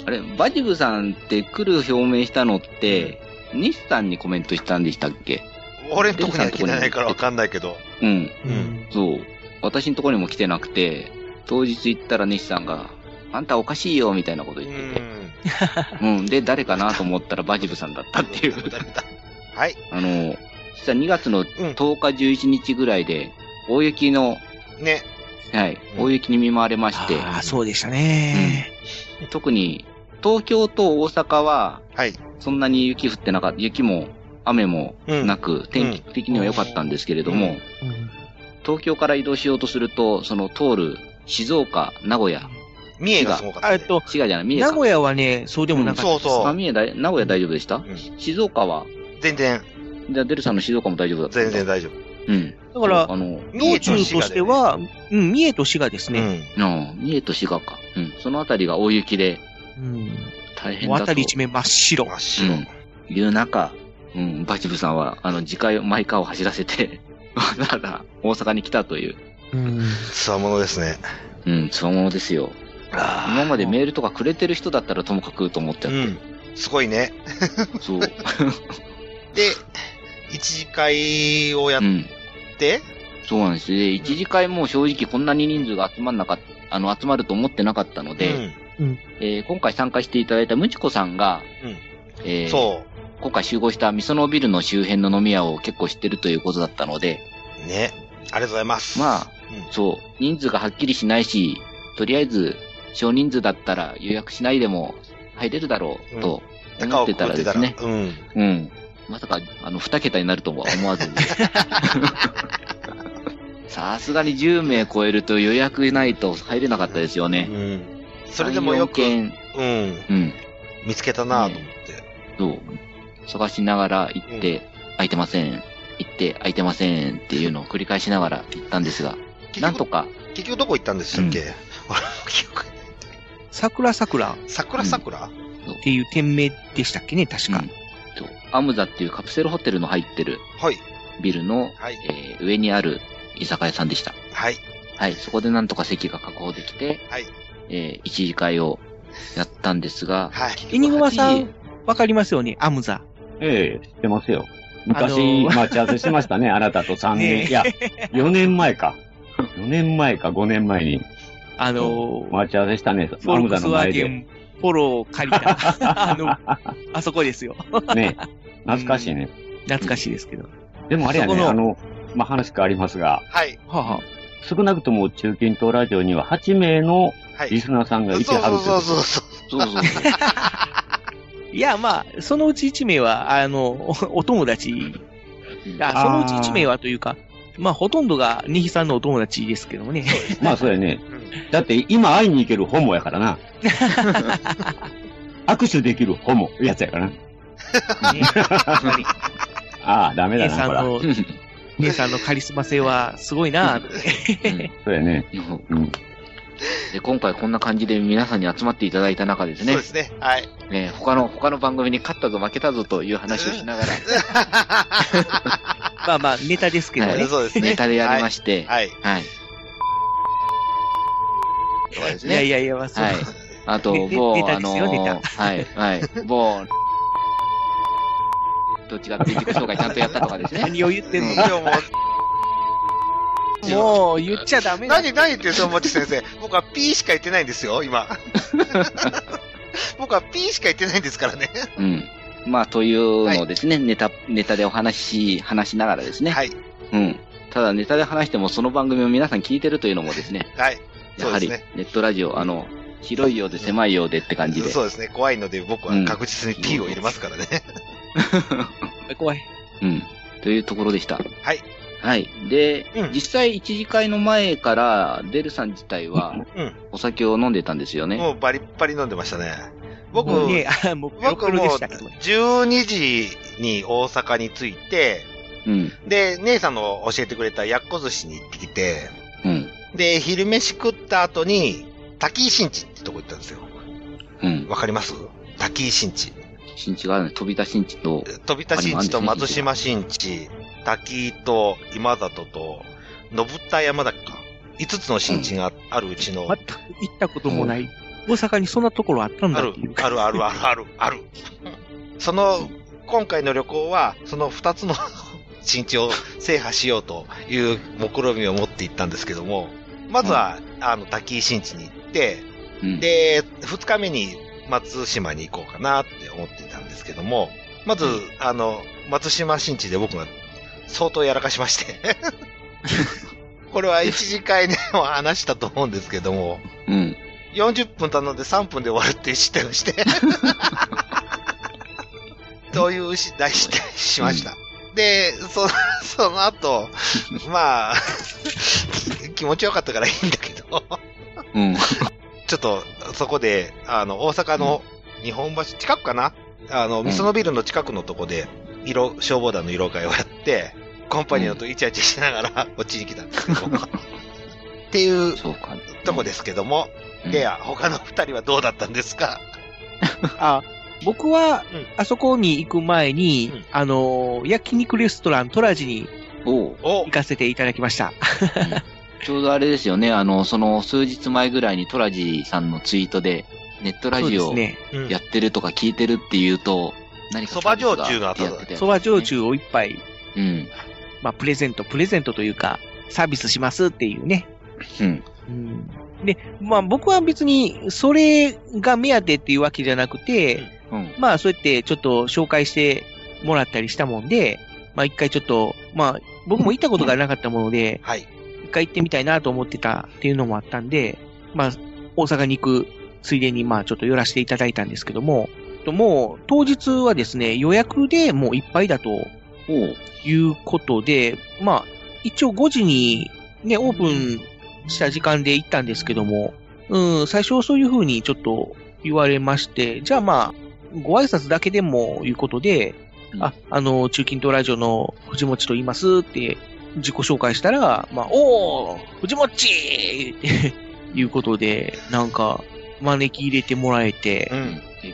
D: あれ、バジブさんって来る表明したのって、西さんにコメントしたんでしたっけ
E: 俺のとこには来てないからわかんないけど。
D: うん。
E: うん。
D: そう。私のところにも来てなくて、当日行ったら西さんが、あんたおかしいよ、みたいなこと
E: う
D: 言ってて。
E: ん。
D: うん。で、誰かなと思ったらバジブさんだったっていう。
H: <laughs>
E: はい。
D: あの、実は2月の10日、11日ぐらいで、大雪の、
E: ね。
D: はい、
E: うん
D: 大雪に見舞われまして、
H: ああ、そうでしたね。
D: 特に東京と大阪は、
E: はい。
D: そんなに雪降ってなかった、雪も雨も
E: うん
D: なく、天気的には良かったんですけれども、
E: うん
H: うん
D: 東京から移動しようとすると、その通る静岡、名古屋、
E: 三重がすごかった、
H: あ
E: ね。
H: えっと、
D: 滋賀じゃない、三重
H: 名
D: か
H: 古屋はね、そうでもなかった。
E: そう
D: あ
E: そ
D: 三重だい、名古屋大丈夫でした、
E: ん
D: 静岡は、
E: う。全然、
D: じゃあデルさんの静岡も大丈夫だった
E: 全然大丈夫。
D: うん。
H: だから、
D: あの、
H: 道中としては、うん、三重と滋賀です
E: う
H: ね。
E: ん。
D: うん三重と滋賀か。うん。そのあたりが大雪で
H: うん。
D: 大変
H: もう
D: だと
H: 辺り一面真っ白。
E: 真っ白。
D: いう中、うん、バチブさんは、あの、次回、マイカーを走らせて、 <laughs> わざわざ大阪に来たという、
H: うん。
E: つわものですね。
D: うん、つわものですよ。
E: あ
D: 今までメールとかくれてる人だったらともかくと思って
E: あ。う
D: やって
E: ん。すごいね。
D: る。そう。 <laughs>
E: で、一次会をやっ
D: うん。
E: て、
D: そうなんです。で、一次会も正直こんなに人数が集まんなかっあの、集まると思ってなかったの
E: う
D: で、
E: ん。
D: えー今回参加していただいたムチコさんが、
E: うん
D: えー
E: そ
D: 今回集合したミソノビルの周辺の飲み屋を結構知ってるということだったので、
E: う。ね。ありがとうございます。
D: まあ、そう、人数がはっきりしないし、とりあえず、少人数だったら予約しないでも入れるだろうと
E: 中
D: 思っ
E: を
D: て
E: く
D: た
E: く
D: ら
E: っ
D: で
E: てた
D: す
E: ら、
D: ね、
E: う
D: う
E: ん。
D: ん。まさか、あの、二桁になるとは思わず
E: <laughs>
D: に。さすがに10名超えると予約ないと入れなかったですよね。
E: うん。それでもよく、
D: 3 4
E: うん。
D: 件うん。
E: 見つけたなぁと思って。
D: そう。探しながら行って、空いてません。行って、空いてませんっていうのを繰り返しながら行ったんですが、
E: 結局
D: なんとか、
E: 結局どこ行ったんでしたっ <laughs> け、俺も記憶ない。
H: 桜桜っ
E: 桜桜、
H: ていう店名でしたっけね、確か。
D: うんとアムザっていうカプセルホテルの入ってる
E: はい。
D: ビルの、
E: はい。
D: えー上にある居酒屋さんでした。
E: はい。
D: はい、そこでなんとか席が確保できて、
E: はい
D: えー一次会をやったんですが、
E: はい。
H: イニグマさ
D: 8
H: ん、わかりますよね、アムザ。
F: ええ、知ってますよ。
H: あの
F: 昔、
H: ー
F: 待ち合わせしてま
H: <laughs>
F: したね、あなたと3
H: ねえ
F: 年、いや、4年前か。4年前か5年前に
H: あのー、
F: 待ち合わせしたね、
H: フォルクスワーゲンポロを借りた、 <laughs> あの、あそこですよ。
F: <laughs> ね、懐かしいね。
H: 懐かしいですけど。
F: でもあれや
H: そ
F: ね、
H: この
F: あの、まあ、話変わりますが、
E: はい。
H: はあはあ
F: 少なくとも中近東ラジオには8名の
E: はい。
F: リスナーさんが
E: そう
F: いてはる
E: そう
F: と
E: そう
F: いう
E: そう <laughs> そう。
D: そうそう <laughs> そう。
H: いや、まあ、そのうち1名は、あの、 <laughs> おお友達、あ
F: あー
H: そのうち1名はというか、まあ、ほとんどがネヒさんのお友達ですけどもね。
F: まあそうやね。
E: うん
F: だって今会いに行けるホモやから
H: <laughs>
F: な。握手できるホモやつやからな。
H: ね <laughs> やっぱり
F: ああ、ダメ
H: ネ
F: だ
H: ヒさ
F: な、
H: ん
F: こら。
H: の、ネヒさんのカリスマ性はすごいなぁ。
F: そうやね。
D: うん
F: うん。
D: で今回こんな感じで皆さんに集まっていただいた中です
E: そう
D: ね
E: で、すね。はい。
D: ね他の、他の番組に勝ったぞ負けたぞという話をしながら、
H: まあまあ、ネタですけど
D: は
H: ね。
E: そうですね。
D: ネタでやりまして、
E: はい。はい。
D: はい。
E: そうです
H: いや
E: ね。
H: いやいや、まあ、そう
D: はい。あと、
H: ねね
D: 某
H: ネ、タ
D: あ
H: で
D: の
H: すよネタ
D: ー、はい、はい、某、どっちがって自己紹介ちゃんとやったとかですね。
H: 何を言ってんの
E: 今日も
H: もう、言っちゃダメだ。
E: 何何言ってるそのもち先生。僕は P しか言ってないんですよ、
D: <laughs>
E: 今。僕は P しか言ってないんですからね。
D: うん。まあ、というのをですね、ネタ、ネタでお話し、話しながらですね。
E: はい。
D: うん。ただ、ネタで話しても、その番組を皆さん聞いてるというのもですね、
E: はい。
D: や
E: そう
D: は
E: で
D: り、
E: すね
D: ネットラジオ、あの、広いようで狭いようでって感じで。
E: そうですね。怖いので僕は確実に P を入れますからね。
H: 怖い。
D: うん。というところでした。
E: はい。
D: はい。で、
E: うん
D: 実際、一次会の前から、デルさん自体は
E: うん、
D: お酒を飲んでたんですよね。
E: もうバリッバリ飲んでましたね。僕、
H: もうね、あもう、ペロペ
E: 僕
H: ロ
E: も
H: で
E: う
H: したけどね。
E: 12時に大阪に着いて、
D: うん。
E: で、姉さんの教えてくれたやっこ寿司に行ってきて、
D: うん。
E: で、昼飯食った後に、滝井新地ってとこ行ったんですよ。
D: うん。
E: わかります滝井新地。
D: 新地があるね。飛び出新地と、
E: 飛び田新地と松島新地、滝井と今里と、信田山田か。5つの新地があるうちの、
H: 全く行ったこともない。大阪にそんなところあったん
E: あ
H: だっ
E: る
H: ていう、。
E: ある、ある、ある、ある、ある。その、今回の旅行は、その2つの <laughs> 新地を制覇しようという目論みを持って行ったんですけども、まずは、あの、滝井新地に行って、
D: うん。
E: で、2日目に松島に行こうかなって思ってたんですけども、まず、あの、松島新地で僕が相当やらかしま <laughs> して。これは1次会でも話したと思うんですけども、
D: うん。
E: 40分頼んで3分で終わるって失点をして。というし大失点しました。で、そ、その後、まあ、気持ちよかったからいいんだけど、
D: うん。
E: ちょっと、そこで、あの、大阪の日本橋近くかなあの、
D: ん
E: みそのビルの近くのとこで、色、消防団の色会をやって、コンパニオンとイチャイチャしながら、こっちに来たんですけど。っていう
D: そうか。
E: とこですけども、
D: うん
E: では、他の二人はどうだったんですか
H: あ僕
E: う
H: は
E: ん、
H: あそこに行く前に、
E: うん
H: あのー、焼肉レストラントラジに
D: おう
E: お
H: 行かせていただきました。
D: ちょうどあれですよね。あの、その数日前ぐらいにトラジさんのツイートで、ネットラ
H: そう
D: ジ
H: で
D: オ
H: すね。
E: うん
D: やってるとか聞いてるっていうと、何か
E: そば焼酎が
D: やってて。
H: そば焼酎を一杯、
D: うん。
H: まあ、プレゼント、プレゼントというか、サービスしますっていうね。
D: うん。
H: うんで、まあ僕は別に、それが目当てっていうわけじゃなくて、
D: うん。
H: まあそうやってちょっと紹介してもらったりしたもんで、まあ一回ちょっと、まあ僕も行ったことがなかったもので、
E: はい。
H: 一回行ってみたいなと思ってたっていうのもあったんで、まあ、大阪に行くついでに、まあ、ちょっと寄らせていただいたんですけども、と、もう当日はですね、予約でもういっぱいだと
D: おう
H: いうことで、まあ、一応5時にね、オープンした時間で行ったんですけども、うん、最初そういうふうにちょっと言われまして、じゃあまあ、ご挨拶だけでもいうことで、
D: うん
H: あ、あの、中近東ラジオの藤持と言いますって自己紹介したら、まあ、おー藤持っていうことで、なんか、招き入れてもらえて、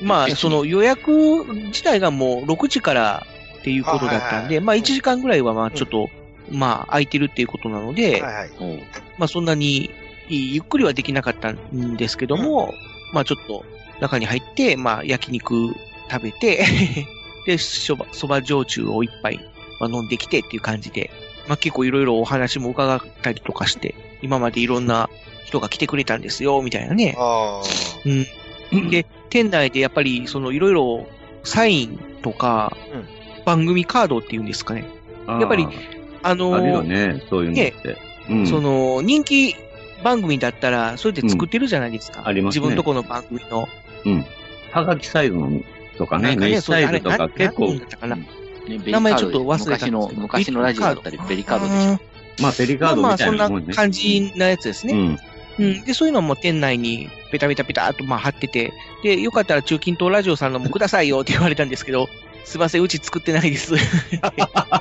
E: うん。
H: ま
E: <laughs>
H: あ、その予約自体がもう6時からっていうことだったんで、
E: あはいはい
H: まあ1時間ぐらいはまあちょっと、まあ空いてるっていうことなので、
E: はいはい。
D: おう
H: まあそんなにゆっくりはできなかったんですけども、まあちょっと中に入って、まあ焼肉食べて、 <laughs> で、そば、そば焼酎を一杯、まあ、飲んできてっていう感じで、まあ結構いろいろお話も伺ったりとかして、今までいろんな人が来てくれたんですよ、みたいなね。
E: あ
H: うん。で、店内でやっぱり、その、いろいろ、サインとか、
E: うん
H: 番組カードっていうんですかね。
F: や
H: やっぱりあの
F: あるよ
H: ー
F: ね、そういうのって。うん
H: その、人気番組だったら、それで作ってるじゃないですか。
F: うんありますね
H: 自分とこの番組の。
F: うん。はがきサイズのとか
H: な
F: ね、
H: んか
F: メイ
H: ね、
F: ス
H: そう
F: サ
H: いう
F: イ
H: あれ
F: ズと
H: な
F: か
H: ん
F: 結
H: な
F: 構
H: ん、だったかな。
D: ねベリカード
H: 名前ちょっと忘れた
D: 昔の、昔のラジオだったり、ベリカードでしょ。
F: まあ、ペリカ
H: まあ
F: ードみ
H: まあ、
F: た
H: そ
F: い
H: ん
F: な
H: な
F: もんね。
H: 感じなやつです
F: う
H: ね。
F: ん。
H: うん。で、そういうのはもう店内に、ペタペタペタっとまあ貼ってて、で、よかったら中近東ラジオさんのもくださいよって言われたんですけど、 <laughs> すいません、うち作ってないです。 <laughs>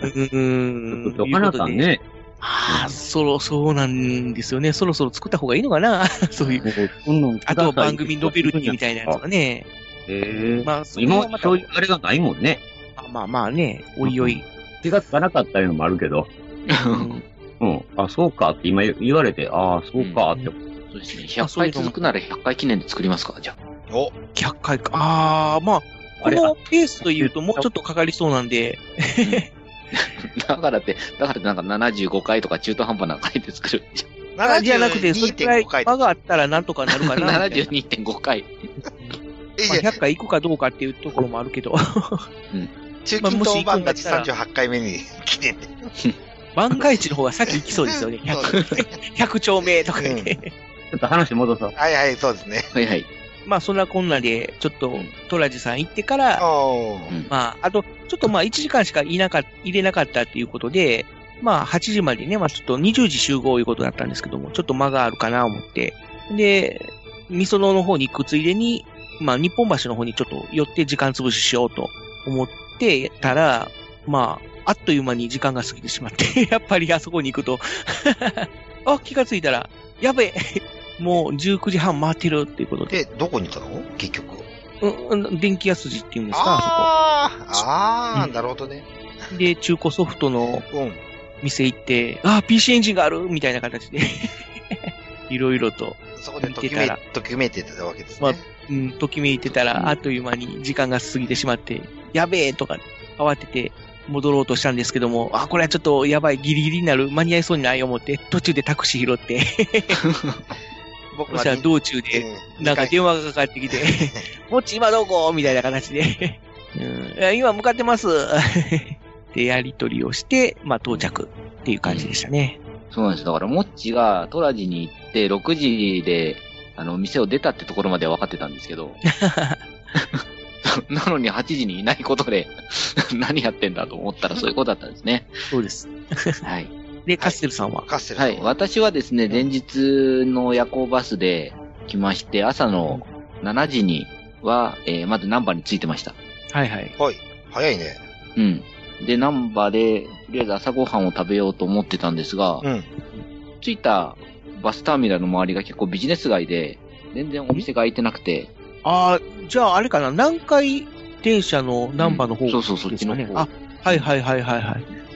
H: うん。
F: ちょっと、かなさんね、
H: ああ、そろ、そうなんですよね。そろそろ作った方がいいのかな <laughs> そういう。
F: もうそんなんくださ
H: あ
F: い
H: と番組ノベルティみたいなやつがね。
F: へえ
H: まあ、それ
F: 今
H: も
F: ま
H: ま
F: で
H: た
F: そういうあれがないもんね。
H: まあまあまあね、おいおい。
F: 気がつかなかったいうのもあるけど、
H: うん
F: うん。あ、そうかって今言われて、ああ、そうかって。
D: そうですね。
H: あ
D: 100
H: そう
D: 回
H: いうのも
D: 続くなら100回記念で作りますか、じゃあ。 <laughs>
E: あ。お、
H: 100回か。ああ、まあ、こ
F: あれ
H: のペースというともうちょっとかかりそうなんで、
D: だからって、だからってなんか75回とか中途半端な回で作るんじ
H: あじゃなくて、それくらい
E: 72.5回。
H: 間があったらなんとかなる
D: ゃ
H: か
D: ん。
E: <laughs>
H: な。みたいな
D: 72.5回。
E: えい
H: まあ
E: や、
H: 100回行くかどうかっていうところもある
E: <laughs>
H: けど、
E: 中
H: まあ
E: 近
H: もし
E: 東
H: 行く
E: 番
H: んだ
E: が
H: ったら
E: 38回目に記念で。
H: 万が一の方が先行きそうですよね。
E: そうで
H: 100
E: す
H: <laughs>
E: ね
H: 100丁目とか言って。
F: ちょっと話戻そう。
E: はいはい、そうです
H: <laughs>
E: ね。
D: はいはい。
H: まあ、そんなこんなで、ちょっと
D: ん、
H: トラジさん行ってから、
E: お
D: う
E: ー
D: ん
H: まあ、あと、ちょっとまあ、1時間しかいなかっ入れなかったっていうことで、まあ、8時までね、まあ、ちょっと20時集合いうことだったんですけども、ちょっと間があるかな思って、で、みそのの方に行くついでに、まあ、日本橋の方にちょっと寄って時間潰ししようと思ってたら、まあ、あっという間に時間が過ぎてしまって、 <laughs> やっぱりあそこに行くと、 <laughs> あ、気がついたら、やべえ、もう19時半回ってるっていうことで、
E: で、どこに行ったの結局。
H: うんうん、電気屋筋っていうんですか、あそこ。
E: ああ、ああ
H: う
E: ー、
H: ん
E: なるほどね。
H: で、中古ソフトの
E: うん。
H: 店行って、あー、PC エンジンがあるみたいな形で、 <laughs> いろいろと、
E: そこでとき
H: 見て
E: め
H: たら、
E: ときめいてたわけです
H: ま
E: ね
H: あ。うん、ときめいてたら、あっという間に時間が過ぎてしまって、やべえとか、慌てて戻ろうとしたんですけども、あー、これはちょっとやばい、ギリギリになる、間に合いそうにない思って、途中でタクシー拾って、
E: 僕
H: そしたら道中で、
E: うん
H: なんか
E: 二回
H: 電話がかかってき <laughs> て、もっち今どこみたいな形で、うんいや、今向かってます。 <laughs> で、やりとりをして、まあ到着っていう感じでしたね。
D: そうなんです。だから、モッチがトラジに行って、6時で、あの、店を出たってところまでは分かってたんですけど、 <laughs> なのに8時にいないことで、 <laughs> 何やってんだと思ったらそういうことだったんですね。
H: そうです。
D: はい。
H: で、カステルさんは、
E: カステル
D: はい。
E: さんは
D: 私はですね、前日の夜行バスで来まして、朝の7時には、えーまずナンバーに着いてました。
H: はいはい。
E: はい。早いね。
D: うん。で、ナンバーで、とりあえず朝ごはんを食べようと思ってたんですが、
E: うん。
D: 着いたバスターミナルの周りが結構ビジネス街で、全然お店が開いてなくて、
H: ああ、じゃああれかな、南海電車のナンバーの方、
D: そうそう、そっちの
H: です
D: 方。
H: かねあ、はいはいはいはいはい。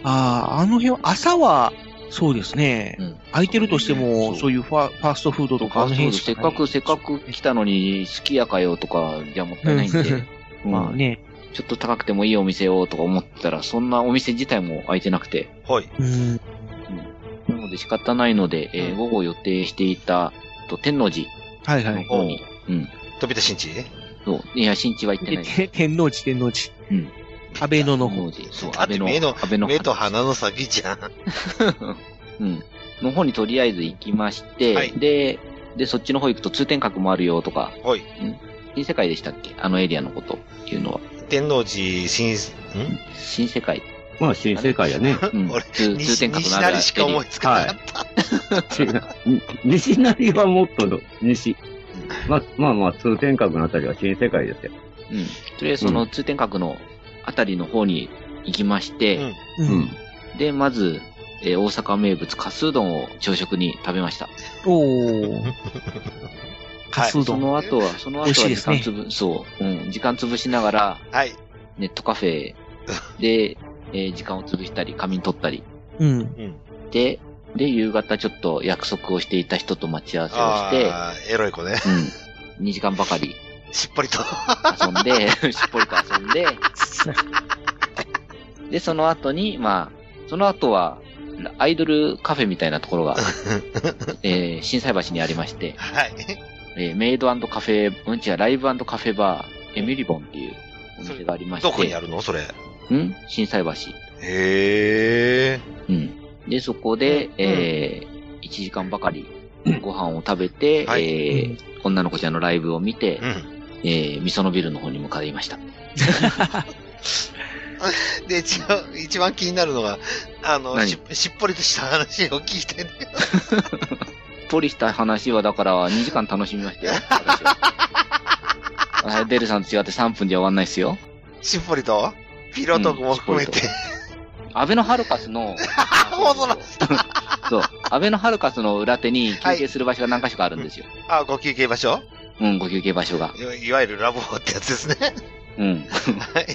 H: ああ、あの辺は、朝は、そうですね。
D: うん、
H: 空いてるとしても、そう
D: いう
H: いうファファーストフードとか、あの辺し
D: せっ
H: ない
D: かく、せっかく来たのに、好きやかよとかじゃもったいないんで、 <laughs> うん
H: まあね。
D: ちょっと高くてもいいお店をとか思ってたら、そんなお店自体も開いてなくて、
E: はい。
H: うん。
D: なので仕方ないので、えー午後予定していた、と天王寺
H: はいは
D: の
H: い。
D: 方に、うん。
E: 飛び出新地ね。
D: そう、いや、新地は行ってないです。
H: で天王寺、天王寺。
D: うん。
H: 安倍野の
D: 天
H: 方。
D: 王寺、そう、
E: だ
D: 安
E: っ
D: 倍
E: て
D: の、
E: 目の
D: 安倍の
E: 目と鼻の先じゃん。
D: <laughs> うん。の方にとりあえず行きまして、
E: はい
D: で、で、そっちの方行くと通天閣もあるよとか、
E: はい。
D: 新世界でしたっけあのエリアのこというのは。
E: 天王寺新、ん
D: 新世界。
F: まあ、新世界やね。
D: うん。
E: 俺
D: 通通
E: 西
D: 天閣
E: 西
D: のある
E: 成しか思いつかなかった。
F: 違う <laughs> 西成はもっとの西。まあ、まあまあ、通天閣のあたりは新世界ですよ。
D: うん。とりあえずその通天閣のあたりの方に行きまして、
E: うん
F: う
H: うんん。
D: で、まず、えー大阪名物、カスうどんを朝食に食べました。 <laughs>
H: おー。カスうど
D: そ
H: ん。
D: の後は、その
H: 美
D: 後
H: 味しい
D: は
H: で
D: 時
H: すね
D: 間つぶ、そう、うん、時間潰しながら、
E: はい。
D: ネットカフェで、えー時間を潰したり、仮眠取ったり
H: うん。
E: うん。
D: で、で、夕方ちょっと約束をしていた人と待ち合わせを
E: ああ、エロい子ね。
D: して、うん、2時間ばかり
E: しっぽりと。 <laughs>
D: 遊んで、しっぽりと遊んで、で、その後に、まあ、その後は、アイドルカフェみたいなところ
E: <laughs>
D: が、えー、震災橋にありまして、
E: はい。
D: えーメイドカフェ、うん違う、ライブカフェバー、エミリボンっていうお店がありまして、
E: どこにあるのそれ。
D: うん震災橋。
E: へえ。
D: うん。で、そこで、えー、1時間ばかりご飯を食べて、
E: はい
D: えー女の子ちゃんのライブを見て、
E: うん。
D: えー、みそのビルの方に向かいました。
E: で、一応、一番気になるのが、あの、
D: 何
E: ししっぽりとした話を聞いてね。 <laughs>
D: ポリした話はだから2時間楽しみましたよ。私はあデルさんと違って3分じゃ終わんないですよ。
E: しっぽりとピロートークも含め
D: うんしっぽ
E: <laughs> て。
D: アベノハルカス
E: <laughs>
D: の、
E: もうその
D: そう、アベノハルカスの裏手に休憩する場所が何か所かあるんですよ。
E: あ、ご休憩場所
D: うん、ご休憩場所が。
E: いわいわゆるラボってやつですね。
D: うん。
E: はい。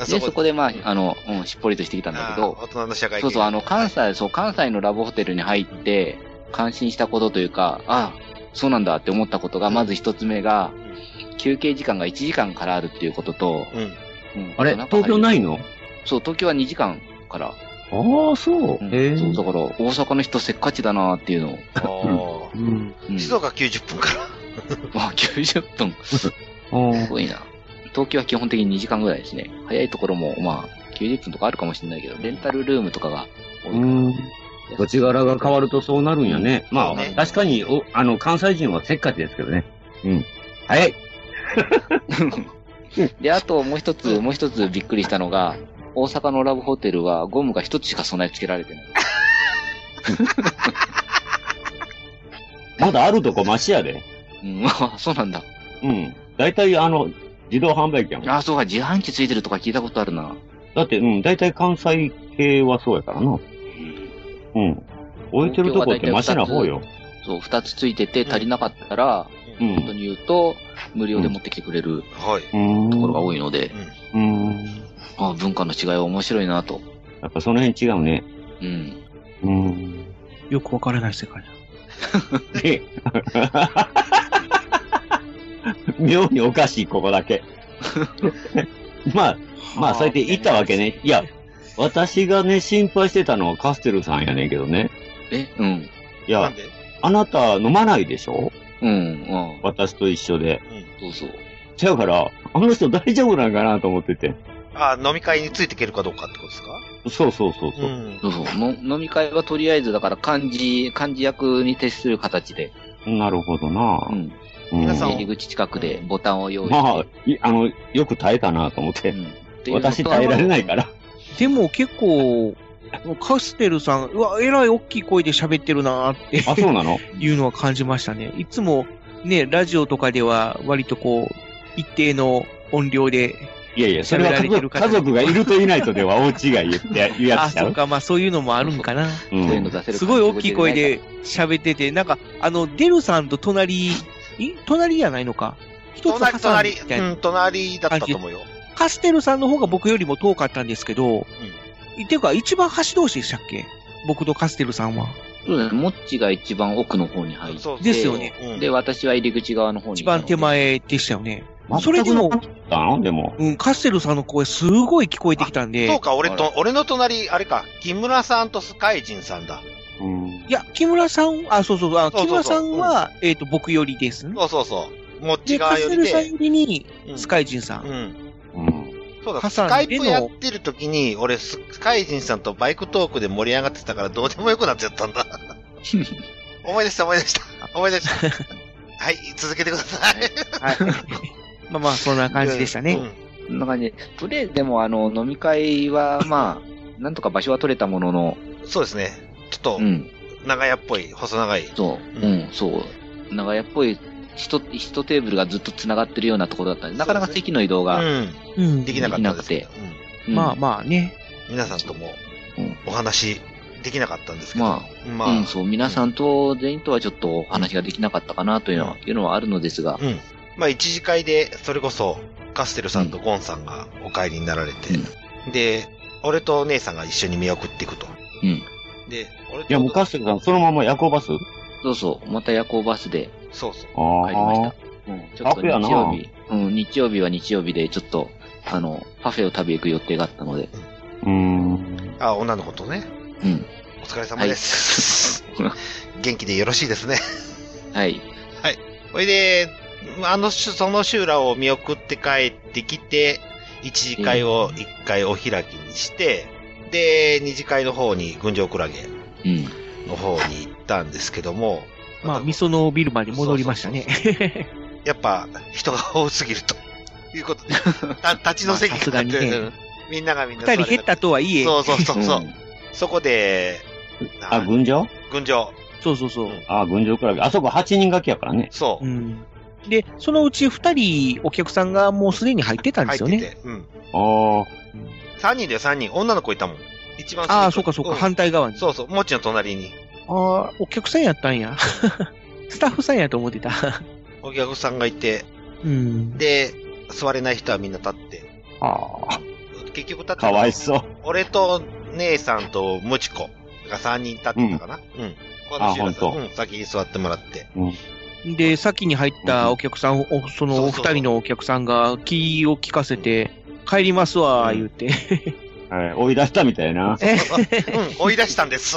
E: あ
D: で、そこでまあ
E: う、ん
D: あの、うん、しっぽりとしてきたんだけど
E: あー、大人の社会
D: そうそう、あ
E: の、
D: の、関西、そう、関西のラブホテルに入って、感心したことというか、あそうなんだって思ったことが、まず一つ目が、休憩時間が1時間からあるっていうことと、
E: うん。
D: うん
F: あれ
D: なんか
F: 東京ないの
D: そう、東京は2時間から。
F: ああ、そう
D: う。ん
F: へえ。
D: そうだから、大阪の人せっかちだなっていうのを。
E: あー
F: うん。
D: うん、
E: 静岡90分から。
H: <laughs>
D: まあ、90分。
F: あー
D: すごいな。東京は基本的に2時間ぐらいですね。早いところも、まあ、90分とかあるかもしれないけど、レンタルルームとかが多いから。
F: うん土地柄が変わるとそうなるんやね。まあ、
E: そうね
F: 確かにお、あの、関西人はせっかちですけどね。うん。早い。
D: で、あともう一つ、もう一つびっくりしたのが、大阪のラブホテルはゴムが一つしか備え付けられてない。
F: まだあるとこマシやで。
D: うん、あそうなんだ。
F: うん。大体、あの、自動販売機やもん。だ
D: あ、そうか、自販機ついてるとか聞いたことあるな。
F: って、うん、大体関西系はそうやからな。うん。置いてるとこってマシな方よ。
D: そう、二つついてて足りなかったら、
F: う
D: 本当
F: ん。
D: に言うと、無料で持ってきてくれる
E: はい。
F: うん。
D: ところが多いので、
F: うん。
D: あ文化の違いは面白いなと。
F: やっぱその辺違うね。
D: うん。
F: うん。
H: よくわからない世界だ。
F: で、妙におかしい、ここだけ。 <laughs> まあ、まあ、そうやって言ったわけね。いや、私がね、心配してたのはカステルさんやねんけどね。
D: え、うん。
F: い
E: な
F: や
E: ん、で
F: あなた飲まないでしょ
D: うん、あ
F: 私と一緒で。
D: そうそう。
F: ちゃうから、あの人大丈夫なんかなと思ってて。
E: あー、飲み会についていけるかどうかってことですか
F: そうそうそうそう。
E: ん。
D: そうそう。の飲み会はとりあえず、だから漢字、漢字役に徹する形で、
F: なるほどな
D: う。ん。
F: うん
E: 皆さん
D: 入り口近くでボタンを用意して、
F: まあ、いあの、よく耐えたなと思って。
D: うん
F: 私耐えられないか。
D: っ
F: ら。
H: でも結構、カステルさん、うわ、えらい大きい声で喋ってるなーって。
F: あ、そうなの
H: いうのは感じましたね。いつもね、ラジオとかでは割とこう、一定の音量で、
F: いやいや、それは
H: 喋ら
F: 家
H: れて
F: 族
H: る方
F: 家族がいるといないとでは大違い言って、言うや
H: あ、
F: つちゃ
H: そう
F: う。
H: か、まあそういうのもあるんかな。
F: う
D: ていうんの出せる
H: すごい大きい声で喋ってて、なんか、あの、デルさんと隣、い隣じゃないのか。一つ挟ん
E: 隣、
H: で
E: 隣、
H: みたいな
E: うん、隣だったと思うよ。
H: カステルさんの方が僕よりも遠かったんですけど、っていうか一番端同士でしたっけ僕とカステルさんは。
D: そうだね。モッチが一番奥の方に入って。
E: そうそう
H: ですよね
E: うん
D: で、私は入り口側の方に。
H: 一番手。前でしたよね。それ
F: 全
H: で
F: くな
H: も
F: か、ったのでも。
H: うん、カステルさんの声すごい聞こえてきたん
E: そう
H: で、
E: か、俺
D: あら
E: と、俺の隣、あれか、木村さんとスカイジンさんだ。
F: うん
H: いや、木村さん、あ、そうそうそう、あ
E: そうそ
H: 木
E: う
H: 村
E: そう
H: さんは、えっと、僕よりですね。
E: そうそうそう。もっち
H: で、カ
E: 側よ
H: ステ
E: り
H: ルさん
E: で。
H: よりに、
E: うん
H: スカイジンさん。
E: うん。
F: うん
E: そうだ、
H: ハ
E: ス
H: サン
E: カイプ
H: での
E: やってる時に、俺、スカイジンさんとバイクトークで盛り上がってたから、どうでもよくなっちゃったん
H: <laughs>
E: だ。
H: <laughs>
E: 思い出した、思い出した。思い出した。はい、続けてください。
H: はい。 <laughs> まあまあ、そんな感じでしたね。
D: こんな感じで。とりあえずでも、あの、飲み会は、まあ、なんとか場所は取れたものの、
E: うんそうですね。ちょっと
D: う、ん、
E: 長屋っぽい、細長い。
D: そう、うん、そう。長屋っぽい、一、一テーブルがずっと繋がってるようなところだったんで、なかなか席の移動
E: う
D: が、
E: ん。
H: うん
E: で。きなかったですけど。う
D: う
E: ん
D: ん
H: まあまあね。
E: 皆さんとも
D: うん
E: お話できなかったんですけど。
D: ま
E: ま
D: うん、そう、皆さんと全員とはちょっとお話ができなかったかなというのは、いうのはあるのですが、
E: うん。まあ、一次会で、それこそ、カステルさんとゴンさんがお帰りになられて、で、俺と姉さんが一緒に見送っていくと。
D: うん。
E: で、俺と、
F: いや、もうカステルさん、そのまま夜行バス
D: そうそう、また夜行バスで
E: そうそう。
F: あ
D: 帰りました
F: あ。。
D: うん、ちょっと日曜日、うん、日曜日は日曜日で、ちょっと、あの、パフェを食べ行く予定があったので、
F: うーん。
E: あ、女の子とね、
D: うん、
E: お疲れ様です。 <laughs> 元気でよろしいですね。
D: はい、
E: ほいで、あのし、その修羅を見送って帰ってきて、一次会を一回お開きにして、で、二次会の方に、群青クラゲ
D: うん。
E: の方に行ったんですけども、
H: まあ、味噌のビルマに戻りましたね。
E: やっぱ人が多すぎるということ
H: <laughs>
E: で、た立ちの席
H: <laughs> まあさすがにね
E: うんみんながみんな座
H: 二
E: れな
H: 人
E: くて
H: 減ったとはいえ、
E: そうそうそうそうう。
D: ん
E: そこで、
F: あ、群青
E: 群青。
H: そうそうそう。
F: あ、群青クラゲ。あそこ8人掛けやからね。
E: そうう。
H: ん。で、そのうち二人お客さんがもうすでに入ってたんで
E: 入っ
H: すよ
E: て
H: ね。
E: て。うん。
F: あ
E: 3人だよ、3人。女の子いたもん。一番
H: ああ、そうかそうか、
E: ん
H: 反対側に。
E: そうそう、もっちの隣に。
H: ああ、お客さんやったんや。 <laughs> スタッフさんやと思ってた。
E: お客さんがいて、
H: うん。
E: で、座れない人はみんな立って。
F: あ。ああ。
E: 結局立って
F: かわいそう。
E: 俺と姉さんとムチコが3人立ってたかな。うん。この修羅さ
F: あほん
E: ん、うん、先に座ってもらって。
H: で、先に入ったお客さん、おそのお二人のお客さんが気を利かせて、帰りますわ、言うて。 <laughs>
F: はい、追い出したみたいな。
E: うん、追い出したんです。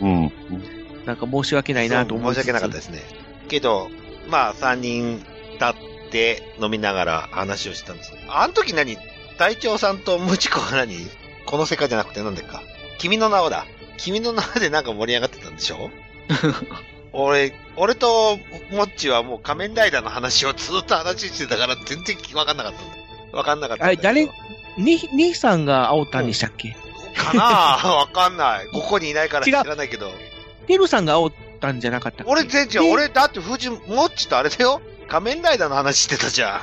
F: うん。
H: なんか申し訳ないなと思
E: そう申し
H: いつ
E: 訳
H: つ
E: なかったですね。けど、まあ、3人立って飲みながら話をしたんです。あの時何隊長さんとムチコが何この世界じゃなくて何でか。君の名はだ。君の名はでなんか盛り上がってたんでし <laughs> ょ俺、俺とモッチはもう仮面ライダーの話をずっと話してたから全然分かんなかったんだ。分かんなかったんだけど。
H: あれ誰ね、姉さんが煽ったんでしたっけ、
E: かなわかんない。ここにいないから知
H: 違う
E: らないけど。
H: テルさんが煽ったんじゃなかったっけ
E: 俺全然、
H: で
E: 俺だって藤もっちとあれだよ。仮面ライダーの話してたじゃ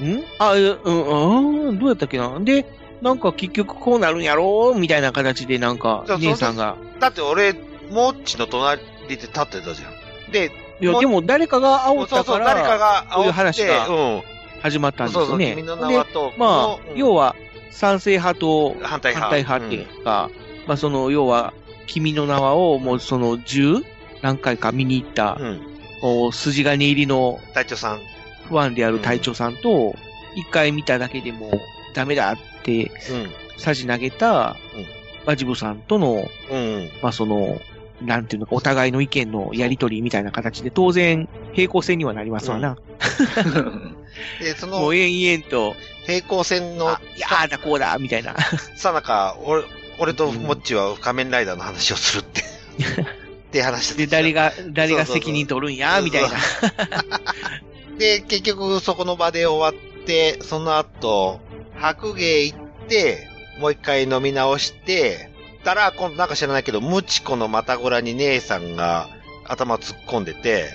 E: ん。
H: んあ、えうん、うん、どうやったっけなで、なんか結局こうなるんやろみたいな形で、なんか
E: そう、
H: 姉さんが。
E: だって俺、もっちの隣で立ってたじゃん。で、
H: いや、
E: もう
H: でも誰かが煽っ
E: そう
H: た
E: そ
H: か
E: う、誰からが煽って
H: こういう話が
E: う
H: 始まったん
E: ん。
H: です
E: そうそ
H: よ
E: う、
H: ね。
E: 君の名はと、
H: でまあ、要
E: は
H: は、賛成派と
E: 反対派。
H: 反対派っていうか、まあその、要は、君の名はをもうその10何回か見に行った、
E: うん。うん。
H: こう、筋金入りの
E: 隊長さん。
H: ファンである隊長さんと、一回見ただけでもダメだって、さじ投げた
E: うん、
H: バジブさんとの、
E: うん。うん。
H: まあその、なんていうのか、お互いの意見のやりとりみたいな形で、当然、平行線にはなりますわな。
E: で、そ
H: も
E: の
H: う延々と、
E: 平行線の
H: あ、いやーだこうだ、みたいな。
E: さなか、俺、俺ともっちは仮面ライダーの話をするっ
H: <laughs>
E: て。って話してたじゃ
H: で、
E: ん
H: 誰が、誰
E: そう
H: が
E: そうそう
H: 責任取るんや、みたいな。
E: <laughs> で、結局そこの場で終わって、その後、白芸行って、もう一回飲み直して、たら、今度なんか知らないけど、ムチコのまたごらに姉さんが頭突っ込んでて、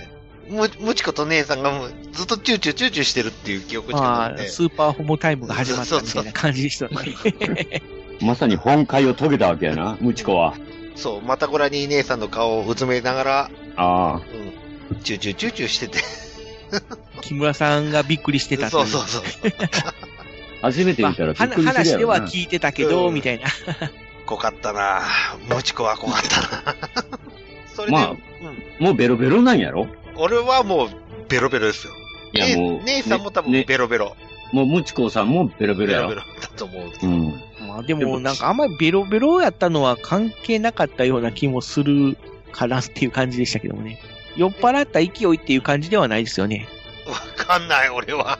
E: む、ムチコと姉さんがもうずっとチューチューチューチューしてるっていう記憶しか
H: ま
E: な
H: あ、
E: くて。
H: スーパーホモタイムが始まったみたいな感じでしたね。
F: まさに本会を遂げたわけやな、ムチコは。
E: そう、またごらに姉さんの顔をうつめながら、
F: あ
E: うん、チューチューチューチューしてて。
H: 木村さんがびっくりしてたってい
E: そううそうそう。
F: あ。初めて
H: ま
F: 見たら
H: あ
F: びっくりするやろ
H: は
F: な。
H: 話では聞いてたけど、
E: うん
H: みたいな。
E: 濃かったなムチコは濃かったな <laughs> それで、
F: まあ
E: うん、
F: もうベロベロなんやろ
E: 俺はもうベロベロですよ。
F: いや、
E: ね
F: もう。
E: 姉さんも多分
F: ね
E: ベロベロ。
F: もうムチコさんもベロベロやろ。
E: だと思う。
F: うん。
H: まあ、で
F: で
H: も、
F: も
H: なんかあんまりベロベロやったのは関係なかったような気もするかなっていう感じでしたけどもね。酔っ払った勢いっていう感じではないですよね。
E: わかんない、俺
F: <laughs>
E: は。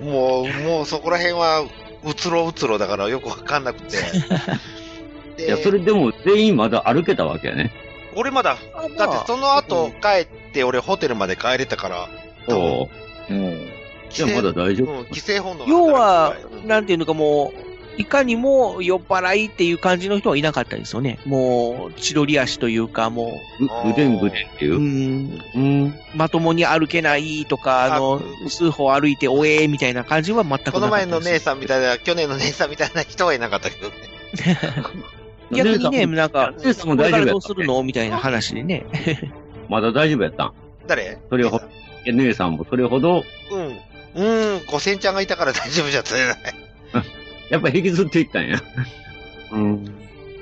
E: もう、もう、もうそこら辺は、うつろうつろだからよくわかんなくて。
F: <laughs> い
E: で
F: や、それでも全員まだ歩けたわけやね。
E: 俺まだ、だってその後帰って、俺ホテルまで帰れたから、多分
F: お
D: う
F: う
D: ん。
F: じゃあまだ大丈夫
E: うん、規制本能が
H: 要は
E: 働くぐらい、うん
H: なんていうのかもう、いかにも酔っ払いっていう感じの人はいなかったですよね。もう、千鳥足というか、も、
F: ぐぐでんぐでんっていう
H: う
F: う。
H: ん、
F: うん。
H: まともに歩けないとか、あの、数歩歩いておえーみたいな感じは全くなかった
E: この前の
H: で
E: 姉
H: す
E: さんみたいな、去年の姉さんみたいな人はいなかったけどね。
H: 逆にね、なんか、
F: 姉さんも
H: これ
F: 大
H: か
F: 丈夫
H: らど
F: や
H: う
F: った
H: す
F: っけ
H: るのみたいな話でね。
F: まだ大丈夫やったん
E: 誰
F: それをえ姉さんもそれほど、
E: うん。うーん、五千ちゃんがいたから大丈夫じゃ釣れない。
F: やっぱ引きずっていったんや。うん。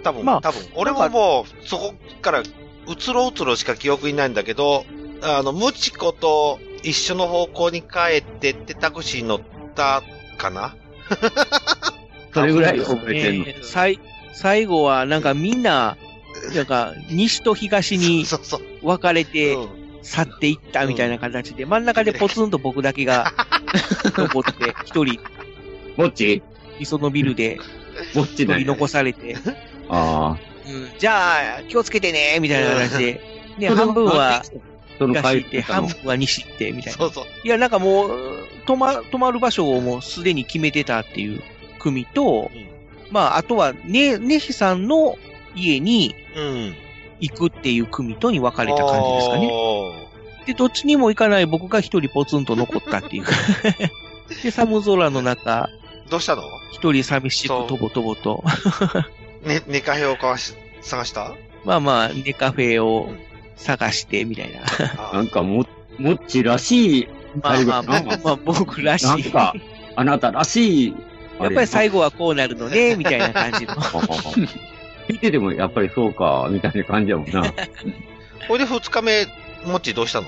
E: 多分、
H: まあ
E: 多分。俺ももう、そこから、うつろうつろしか記憶にないんだけど、あの、ムチコと一緒の方向に帰ってってタクシーに乗ったかな
F: それぐらい覚えてんの。
H: ね最最後は、なんかみんな、なんか、西と東
E: <laughs>
H: に
E: そうそう。
H: 分かれて
E: う、ん
H: 去っていったみたいな形で、真ん中でポツンと僕だ
F: <laughs>
H: けが残って、一人、
F: ぼっち
H: 磯のビルで
F: ぼっち
H: 一
F: なん
H: 人
F: や
H: 残されて、
F: ああ。
H: うんじゃあ、気をつけてね、みたいな形で、ね、
F: それ
H: 半分は
F: その帰
H: 東行
F: っ
H: って、
F: てた
H: 半
F: の。
H: 分は西行って、みたいな。
E: そうそう。
H: いや、なんかもう、止ま、止まる場所をもうすでに決めてたっていう組と、
E: うん
H: まあ、あとは、ね、ねしさんの家に
E: うん。
H: 行くっていう組とに分かれた感じですかね。
E: ね。
H: で、どっちにも行かない僕が一人ポツンと残ったっていう。で、寒空の中、
E: どうしたの
H: 一人寂し
E: そう
H: くとぼとぼと、
E: ね、寝かへをかわし、探
H: <laughs>
E: した
H: まあまあ、ネカフェを
E: うん
H: 探して、みたいな。
F: な
E: あ
F: んかも、もっちらしい、
H: まあま
F: な
H: あまあ
F: んか、
H: まあ僕らしい。
F: なんか、あなたらしい。
H: <laughs> やっぱり最
F: 後。
H: 後はこうなるのね、みたいな感じの。
F: ああ聞いててもやっぱりそうか、みたいな感じやも
H: <laughs>
F: んな。
E: ほいで二日目、もっちどうしたの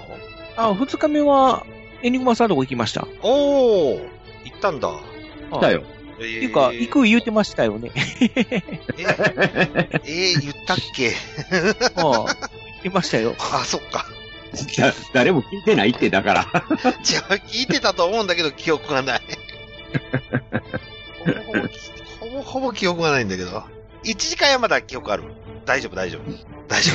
H: あ、二日目は、エニグマさんのとこ行きました。っ
E: おお行ったんだ。
F: 来たよ。
E: っ
F: <laughs>
E: て
H: て
E: い
H: いうか、行く言うてまし
E: <laughs>
H: たよね。
E: え、えー、言ったっけ <laughs>
H: ああ言ってましたよ。
E: あ、そっか。
F: だ誰も聞いてないって、だから。
E: じゃあ、聞いてたと思うんだけど、記憶がない。ほぼほぼき、ほぼほぼ記憶がないんだけど。一次会はまだ記憶ある。大丈夫、大丈夫。大丈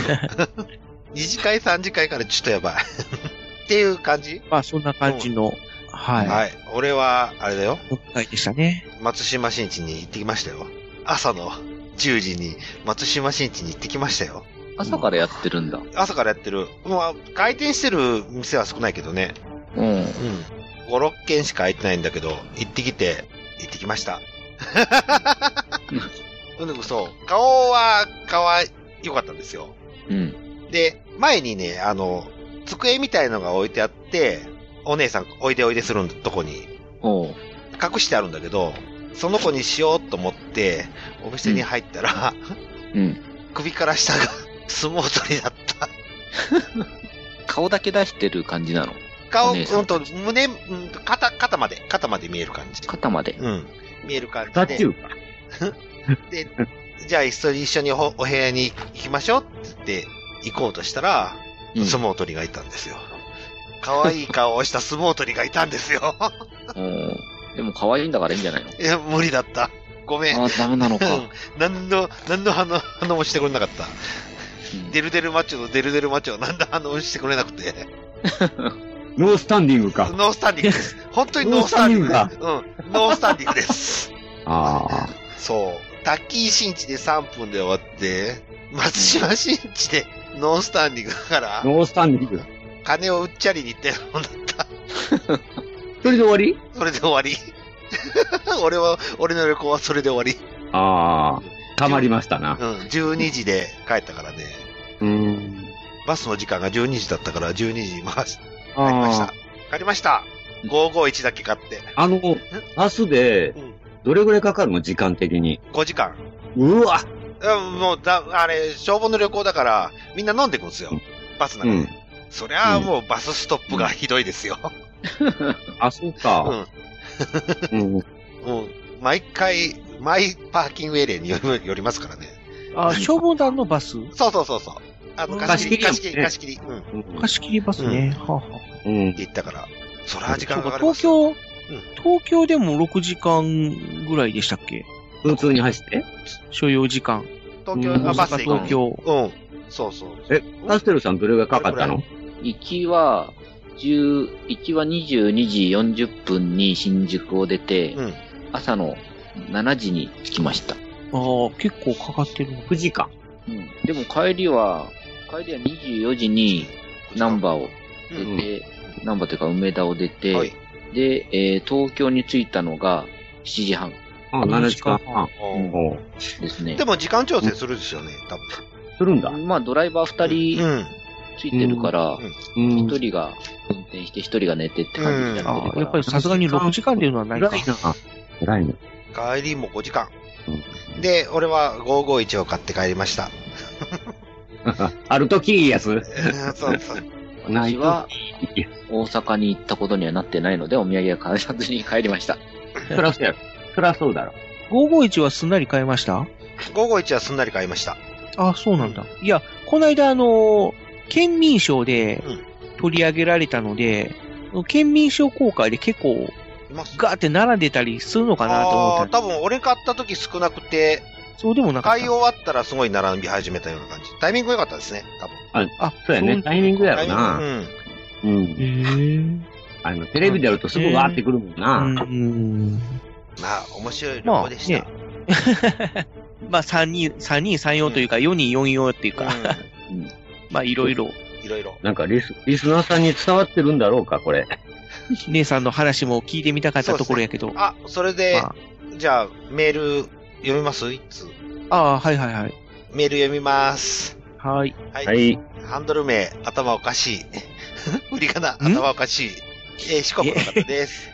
E: 夫。二次会、三次会からちょっとやばい。っていう感じ
H: まあ、そんな感じの、は
E: はい。俺は、あれだよ。
H: い。今回でしたね。
E: 松島新地に行ってきましたよ。朝の10時に松島新地に行ってきましたよ。
D: 朝からやってるんだ。
E: 朝からやってる。まあ、開店してる店は少ないけどね。
D: うん。
E: うん。5、6軒しか開いてないんだけど、行ってきて、行ってき
D: <laughs>
E: ました。うん、嘘。顔は、顔は良かったんですよ。
D: うん。
E: で、前にね、あの、机みたいのが置いてあって、お姉さん、おいでおいでするとこに
D: おう。
E: 隠してあるんだけど、その子にしようと思って、お店に入ったら、 <laughs>
D: うん。
E: 首から下が相撲取りだった。
D: 顔だけ出してる感じなの。
E: 顔、
D: お
E: う
D: 姉さん
E: んと、胸、うんと、肩、肩まで、肩まで見える感じ。
D: 肩まで。
E: うん。見える感
F: タ
E: じ
F: ッチ
E: で。
F: ューか。
E: で、じゃあ一緒に一緒におお部屋に行きましょうって言って行こうとしたら、
D: うん
E: 相撲取りがいたんですよ。可愛い顔をした相撲取りがいたんですよ。 <laughs>
D: うん。でも可愛いんだからいいんじゃないの
E: いや、無理だった。ごめん。う
D: ああ、ダメなのか。
E: ん <laughs> 何の、何の反応反応もしてくれなかった。
D: うん
E: デルデルマッチョとデルデルマッチョ、何の反応もしてくれなくて。
F: ノースタンディングか。
E: ノースタンディングです。本当にノースタンディング
F: ノース
E: です。うん。ノースタンディングです。
F: ああ。
E: そう。タッキー新地で3分で終わって、松島新地でノースタンディングだから、
F: ノースタンディング。
E: 金をうっちゃりに行ったような
F: <laughs> それで終わり
E: それで終わり。 <laughs> 俺は、俺の旅行はそれで終わ
F: ああ。たまりましたな
E: り。。うん。12時で帰ったからね。
F: うん。
E: バスの時間が12時だったから、12時に回し、帰りまし
F: あ
E: た。帰りました。551だけ買って。
F: あ。あの、バスで
E: うん、
F: どれぐらいかかるの時間的に。
E: 5時間。
F: うわ
E: うん、もうだ、あれ、消防の旅行だから、みんな飲んでくんですよ
F: うん。
E: バスの
F: う
E: 中で。
F: ん。
E: そりゃあもうバスストップがひどいですよ。
F: あ、そうか。うん。
E: もう、毎回、毎パーキングエリアによるよりますからね。
H: あ、消防団のバス
E: そうそうそうそう。あの、
H: うん
E: 貸し切り、貸
F: 貸
E: し切
F: し切
E: り、
F: り
E: 貸し切り。うん。って
H: 貸し切りバスね。はあはあ
F: うん。
E: 言ったから。そりゃあ時間
H: そう
E: か
H: か
E: かりま
H: 東
E: すよ。
H: 京、東京でも6時間ぐらいでしたっけ
F: 普通に走って。
H: 所要時間。
E: 東
F: う
E: 京、
F: ん
E: あ、
H: 大
E: バスで
H: 阪、
E: 行
H: 東
E: く
H: 京。
E: の。うん。そうそう。
F: え、カステルさんどれぐらいかかったの
D: 行きは、 11は22時40分に新宿を出て、
E: うん
D: 朝の7時に着きました。
H: ああ、結構かかってるな。
F: 9時間。
D: うん、でも帰りは、帰りは24時にナンバーを出て、ナンバーというか梅田を出て、
E: はい
D: で、えー東京に着いたのが7時半
F: あ、7時間半。
E: うん
F: おう
D: ですね
E: で。も時間調整するですよね、多
F: するんだ。
D: まあドライバー2人
E: 分。
D: ついてるから、
F: うん
D: 1人が運転して1人が寝てって感じになって
H: あ
D: る
H: あ、
D: か
H: や
D: ら
H: っぱりさすがに6時間っていうのはないか。
F: 偉いな。偉いな。
E: うん。帰りも5時間。
F: うん
E: で、俺は551を買って帰りました。
F: <laughs> あるときいいやつ。
E: うんそうそう。
F: な
D: 私
F: い
D: は
F: ときいいや
D: 大阪に行ったことにはなってないので、お土産は買わずに帰りました。
F: つ。そらそうやろ。そらそうだろ。
H: 551はすんなり買いました
E: 551はすんなり買いました。
H: あ、そうなんだ。いや、この間、あの、県民賞で
E: うん
H: 取り上げられたので、県民賞公開で結構
E: います
H: ガーって並んでたりするのかなと思
E: あ
H: っ
E: ー
H: た
E: 多
H: ら
E: 分俺買った時少なくて、
H: そうでもなかっ
E: 買い
H: た。
E: 終わったらすごい並び始めたような感じ。タイミング良かったですね、多分。
F: あ、そうや
H: そう
F: ね。タイミングや
E: タ
F: ろ
E: イミング
F: な。
E: うん。
F: うん。
H: へー
F: あの、テレビでやるとすぐわーってくるもん
H: う
F: な。
H: ん。
E: まあ、面白い旅行でした。
H: まあ、3人、3人34というか、4人44っていうか、まあ、いろいろ、
E: うんいろいろ。
F: なんかリス、リスナーさんに伝わってるんだろうか、これ。
H: 姉さんの話も聞いてみたかったところやけ <laughs> ど。
E: あ、それで、
H: ま
E: じゃあ、メール読みますいつ
H: あ、ああ、はいはいはい。
E: メール読みます。
H: はい。
E: はい。
F: はい。
E: ハンドル名、頭おかしい。 <laughs> 振り仮名、頭おかしい。えー四国の方です。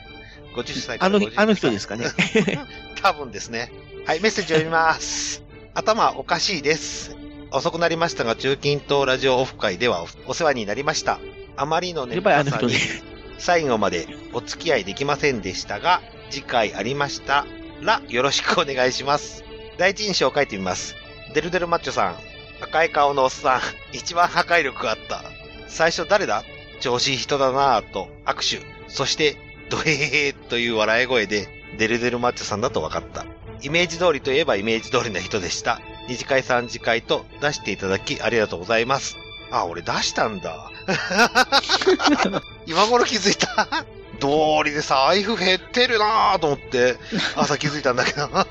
E: 50歳か
H: あ
E: ら
H: の
E: 50、歳
H: あの人ですかね。 <laughs>
E: 多分ですね。はい、メッセージ読みます。 <laughs> 頭おかしいです。遅くなりましたが、中近東ラジオオフ会ではおお世話になりました。あまりのね、
H: やっぱりあの人ね
E: 最後までお付き合いできませんでしたが、次回ありましたらよろしくお願いします。第一印象を書いてみます。デルデルマッチョさん、赤い顔のおっさん、一番破壊力あった。最初誰だ調子いい人だなぁと握手。そして、ドヘヘヘという笑い声で、デルデルマッチョさんだと分かった。イメージ通りといえばイメージ通りな人でした。二次会三次会と出していただきありがとうございます。あ、俺出したんだ。今頃気づいた。道理で財布減ってるなぁと思って、朝気づいたんだけど。は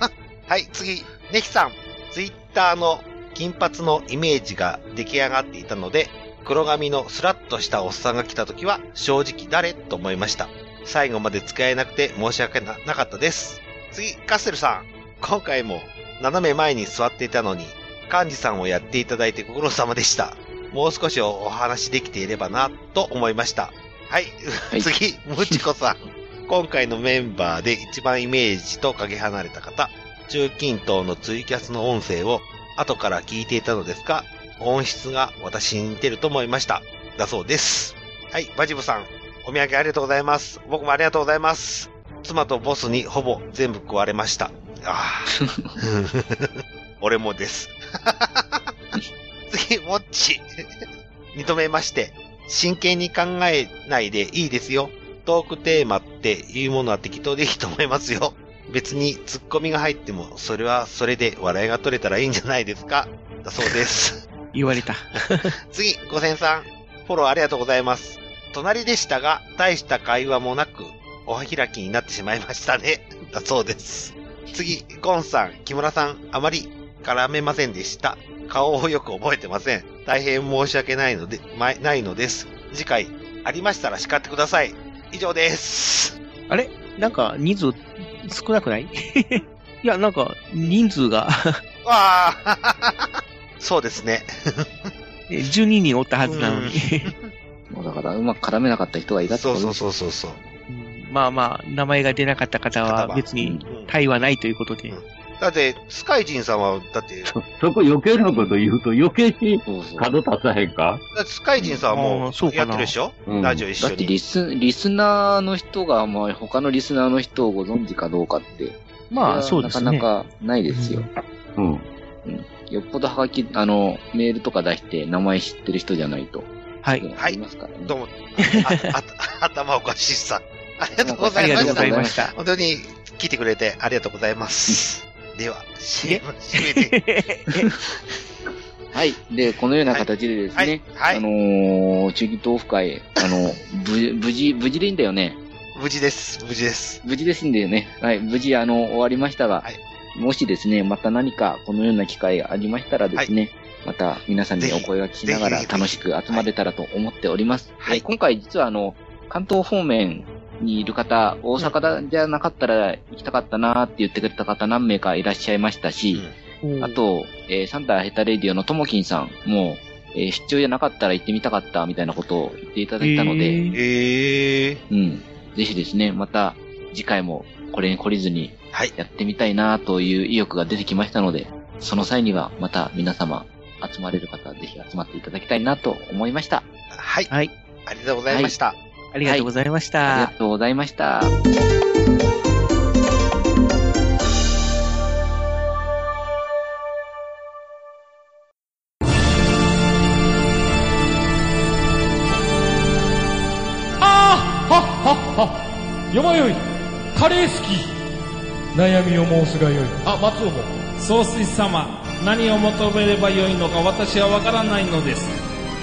E: い、次。ネヒさん。ツイッターの金髪のイメージが出来上がっていたので、黒髪のスラッとしたおっさんが来た時は正直誰と思いました。最後まで使えなくて申し訳ななかったです。次、カステルさん。今回も斜め前に座っていたのに、幹事さんをやっていただいてご苦労様でした。もう少しお話できていればな、と思いました。はい、
D: はい
E: 次、ムチコさん。今回のメンバーで一番イメージとかけ離れた方、中近東のツイキャスの音声を後から聞いていたのですが、音質が私に似てると思いました。だそうです。はい、バジブさん、お土産ありがとうございます。僕もありがとうございます。妻とボスにほぼ全部食われました。ああ。俺もです。 <laughs> 次、もっち。認めまして、真剣に考えないでいいですよ。トークテーマっていうものは適当でいいと思いますよ。別にツッコミが入っても、それはそれで笑いが取れたらいいんじゃないですか。だそうです。
H: 言われた。
E: 次、五千さん。フォローありがとうございます。隣でしたが、大した会話もなく、おは開きになってしまいましたね。 <laughs> だそうです。次、ゴンさん、木村さん、あまり絡めませんでした。顔をよく覚えてません。大変申し訳ないので、ま、ないのです。次回、ありましたら叱ってください。以上です。
H: なんか、人数少なくない <laughs> いや、なんか、人数が
E: わあ <laughs> そうですね。
H: え12人おったはずなのに。
D: もうだから、うまく絡めなかった人がいたって
E: そ
D: こ
E: う
D: と
E: そう
D: です
E: そうそうそう。
H: うん <laughs> まあまあ、名前が出なかった方
E: 方
H: は
E: は
H: 別に
E: うん
H: 対はないということで
E: うん。だって、スカイジンさんは、だって、
F: そ、そこ余計なこと言うと余計に
D: そうそう
F: 角立たへんか
E: だってスカイジンさんはも
H: あーそう
E: う
H: かな
E: やってるでしょ、
F: うん
E: ラジオ一
D: だ
E: 緒
D: って
E: に。
D: リス、リスナーの人が、まあ、他のリスナーの人をご存知かどうかって。
H: まあ、
D: そ
H: そ
D: れ
H: う
D: はなか
H: です
D: な
H: ね。
D: かないですよ。
F: うん。
D: よっぽどハガキ、あの、メールとか出して名前知ってる人じゃないと。
H: はい。
E: はい
D: いますからね。
E: どうも、あああ頭おかしいさん。ありがとうご
H: あ
E: ざ
H: り
E: い
H: が
E: ま
H: とう
E: し
H: ござ
E: た
H: い。ました。
E: 本当に聞いてくれ
H: <laughs>
E: てありがとうございます。では、締め締めて。
D: はい。で、このような形でですね、
E: はいはい
D: あのー、中期豆腐会、あの、ぶ無事、無事でいいんだよね。
E: 無事です。無事です。
D: 無事ですんでね、はい、無事、あの、終わりましたが、
E: はい
D: もしですね、また何かこのような機会がありましたらですね、また皆さんに
E: ぜ
D: お
E: ひ
D: 声が聞きなが
E: ぜ
D: ら
E: ひぜひ
D: 楽しく集まれたらと思っております。
E: はい
D: えー今回実はあの、関東方面にいる方、大阪だじゃなかったら行きたかったなーって言ってくれた方何名かいらっしゃいましたし、あと、えーサンダーヘタレディオのともきんさんも、えー出張じゃなかったら行ってみたかったみたいなことを言っていただいたので、
E: ええ
D: うん。ぜひですね、また次回もこれに懲りずに
E: はい
D: やってみたいなという意欲が出てきましたので、その際にはまた皆様集まれる方はぜひ集まっていただきたいなと思いました。
E: はい。
H: はい
E: ありがとうございました。
H: ありがとうございました。
D: ありがとうございました。
B: ああはっはっはよまよいカレー好き悩みを申すがよいあ松尾も
K: 総帥様何を求めればよいのか私はわからないのです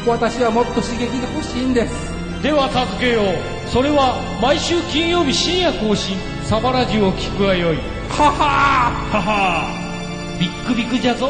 K: 私はもっと刺激が欲しいんです
B: では助けようそれは毎週金曜日深夜更新サバラジュを聞くがよい
K: ははーははービックビックじゃぞ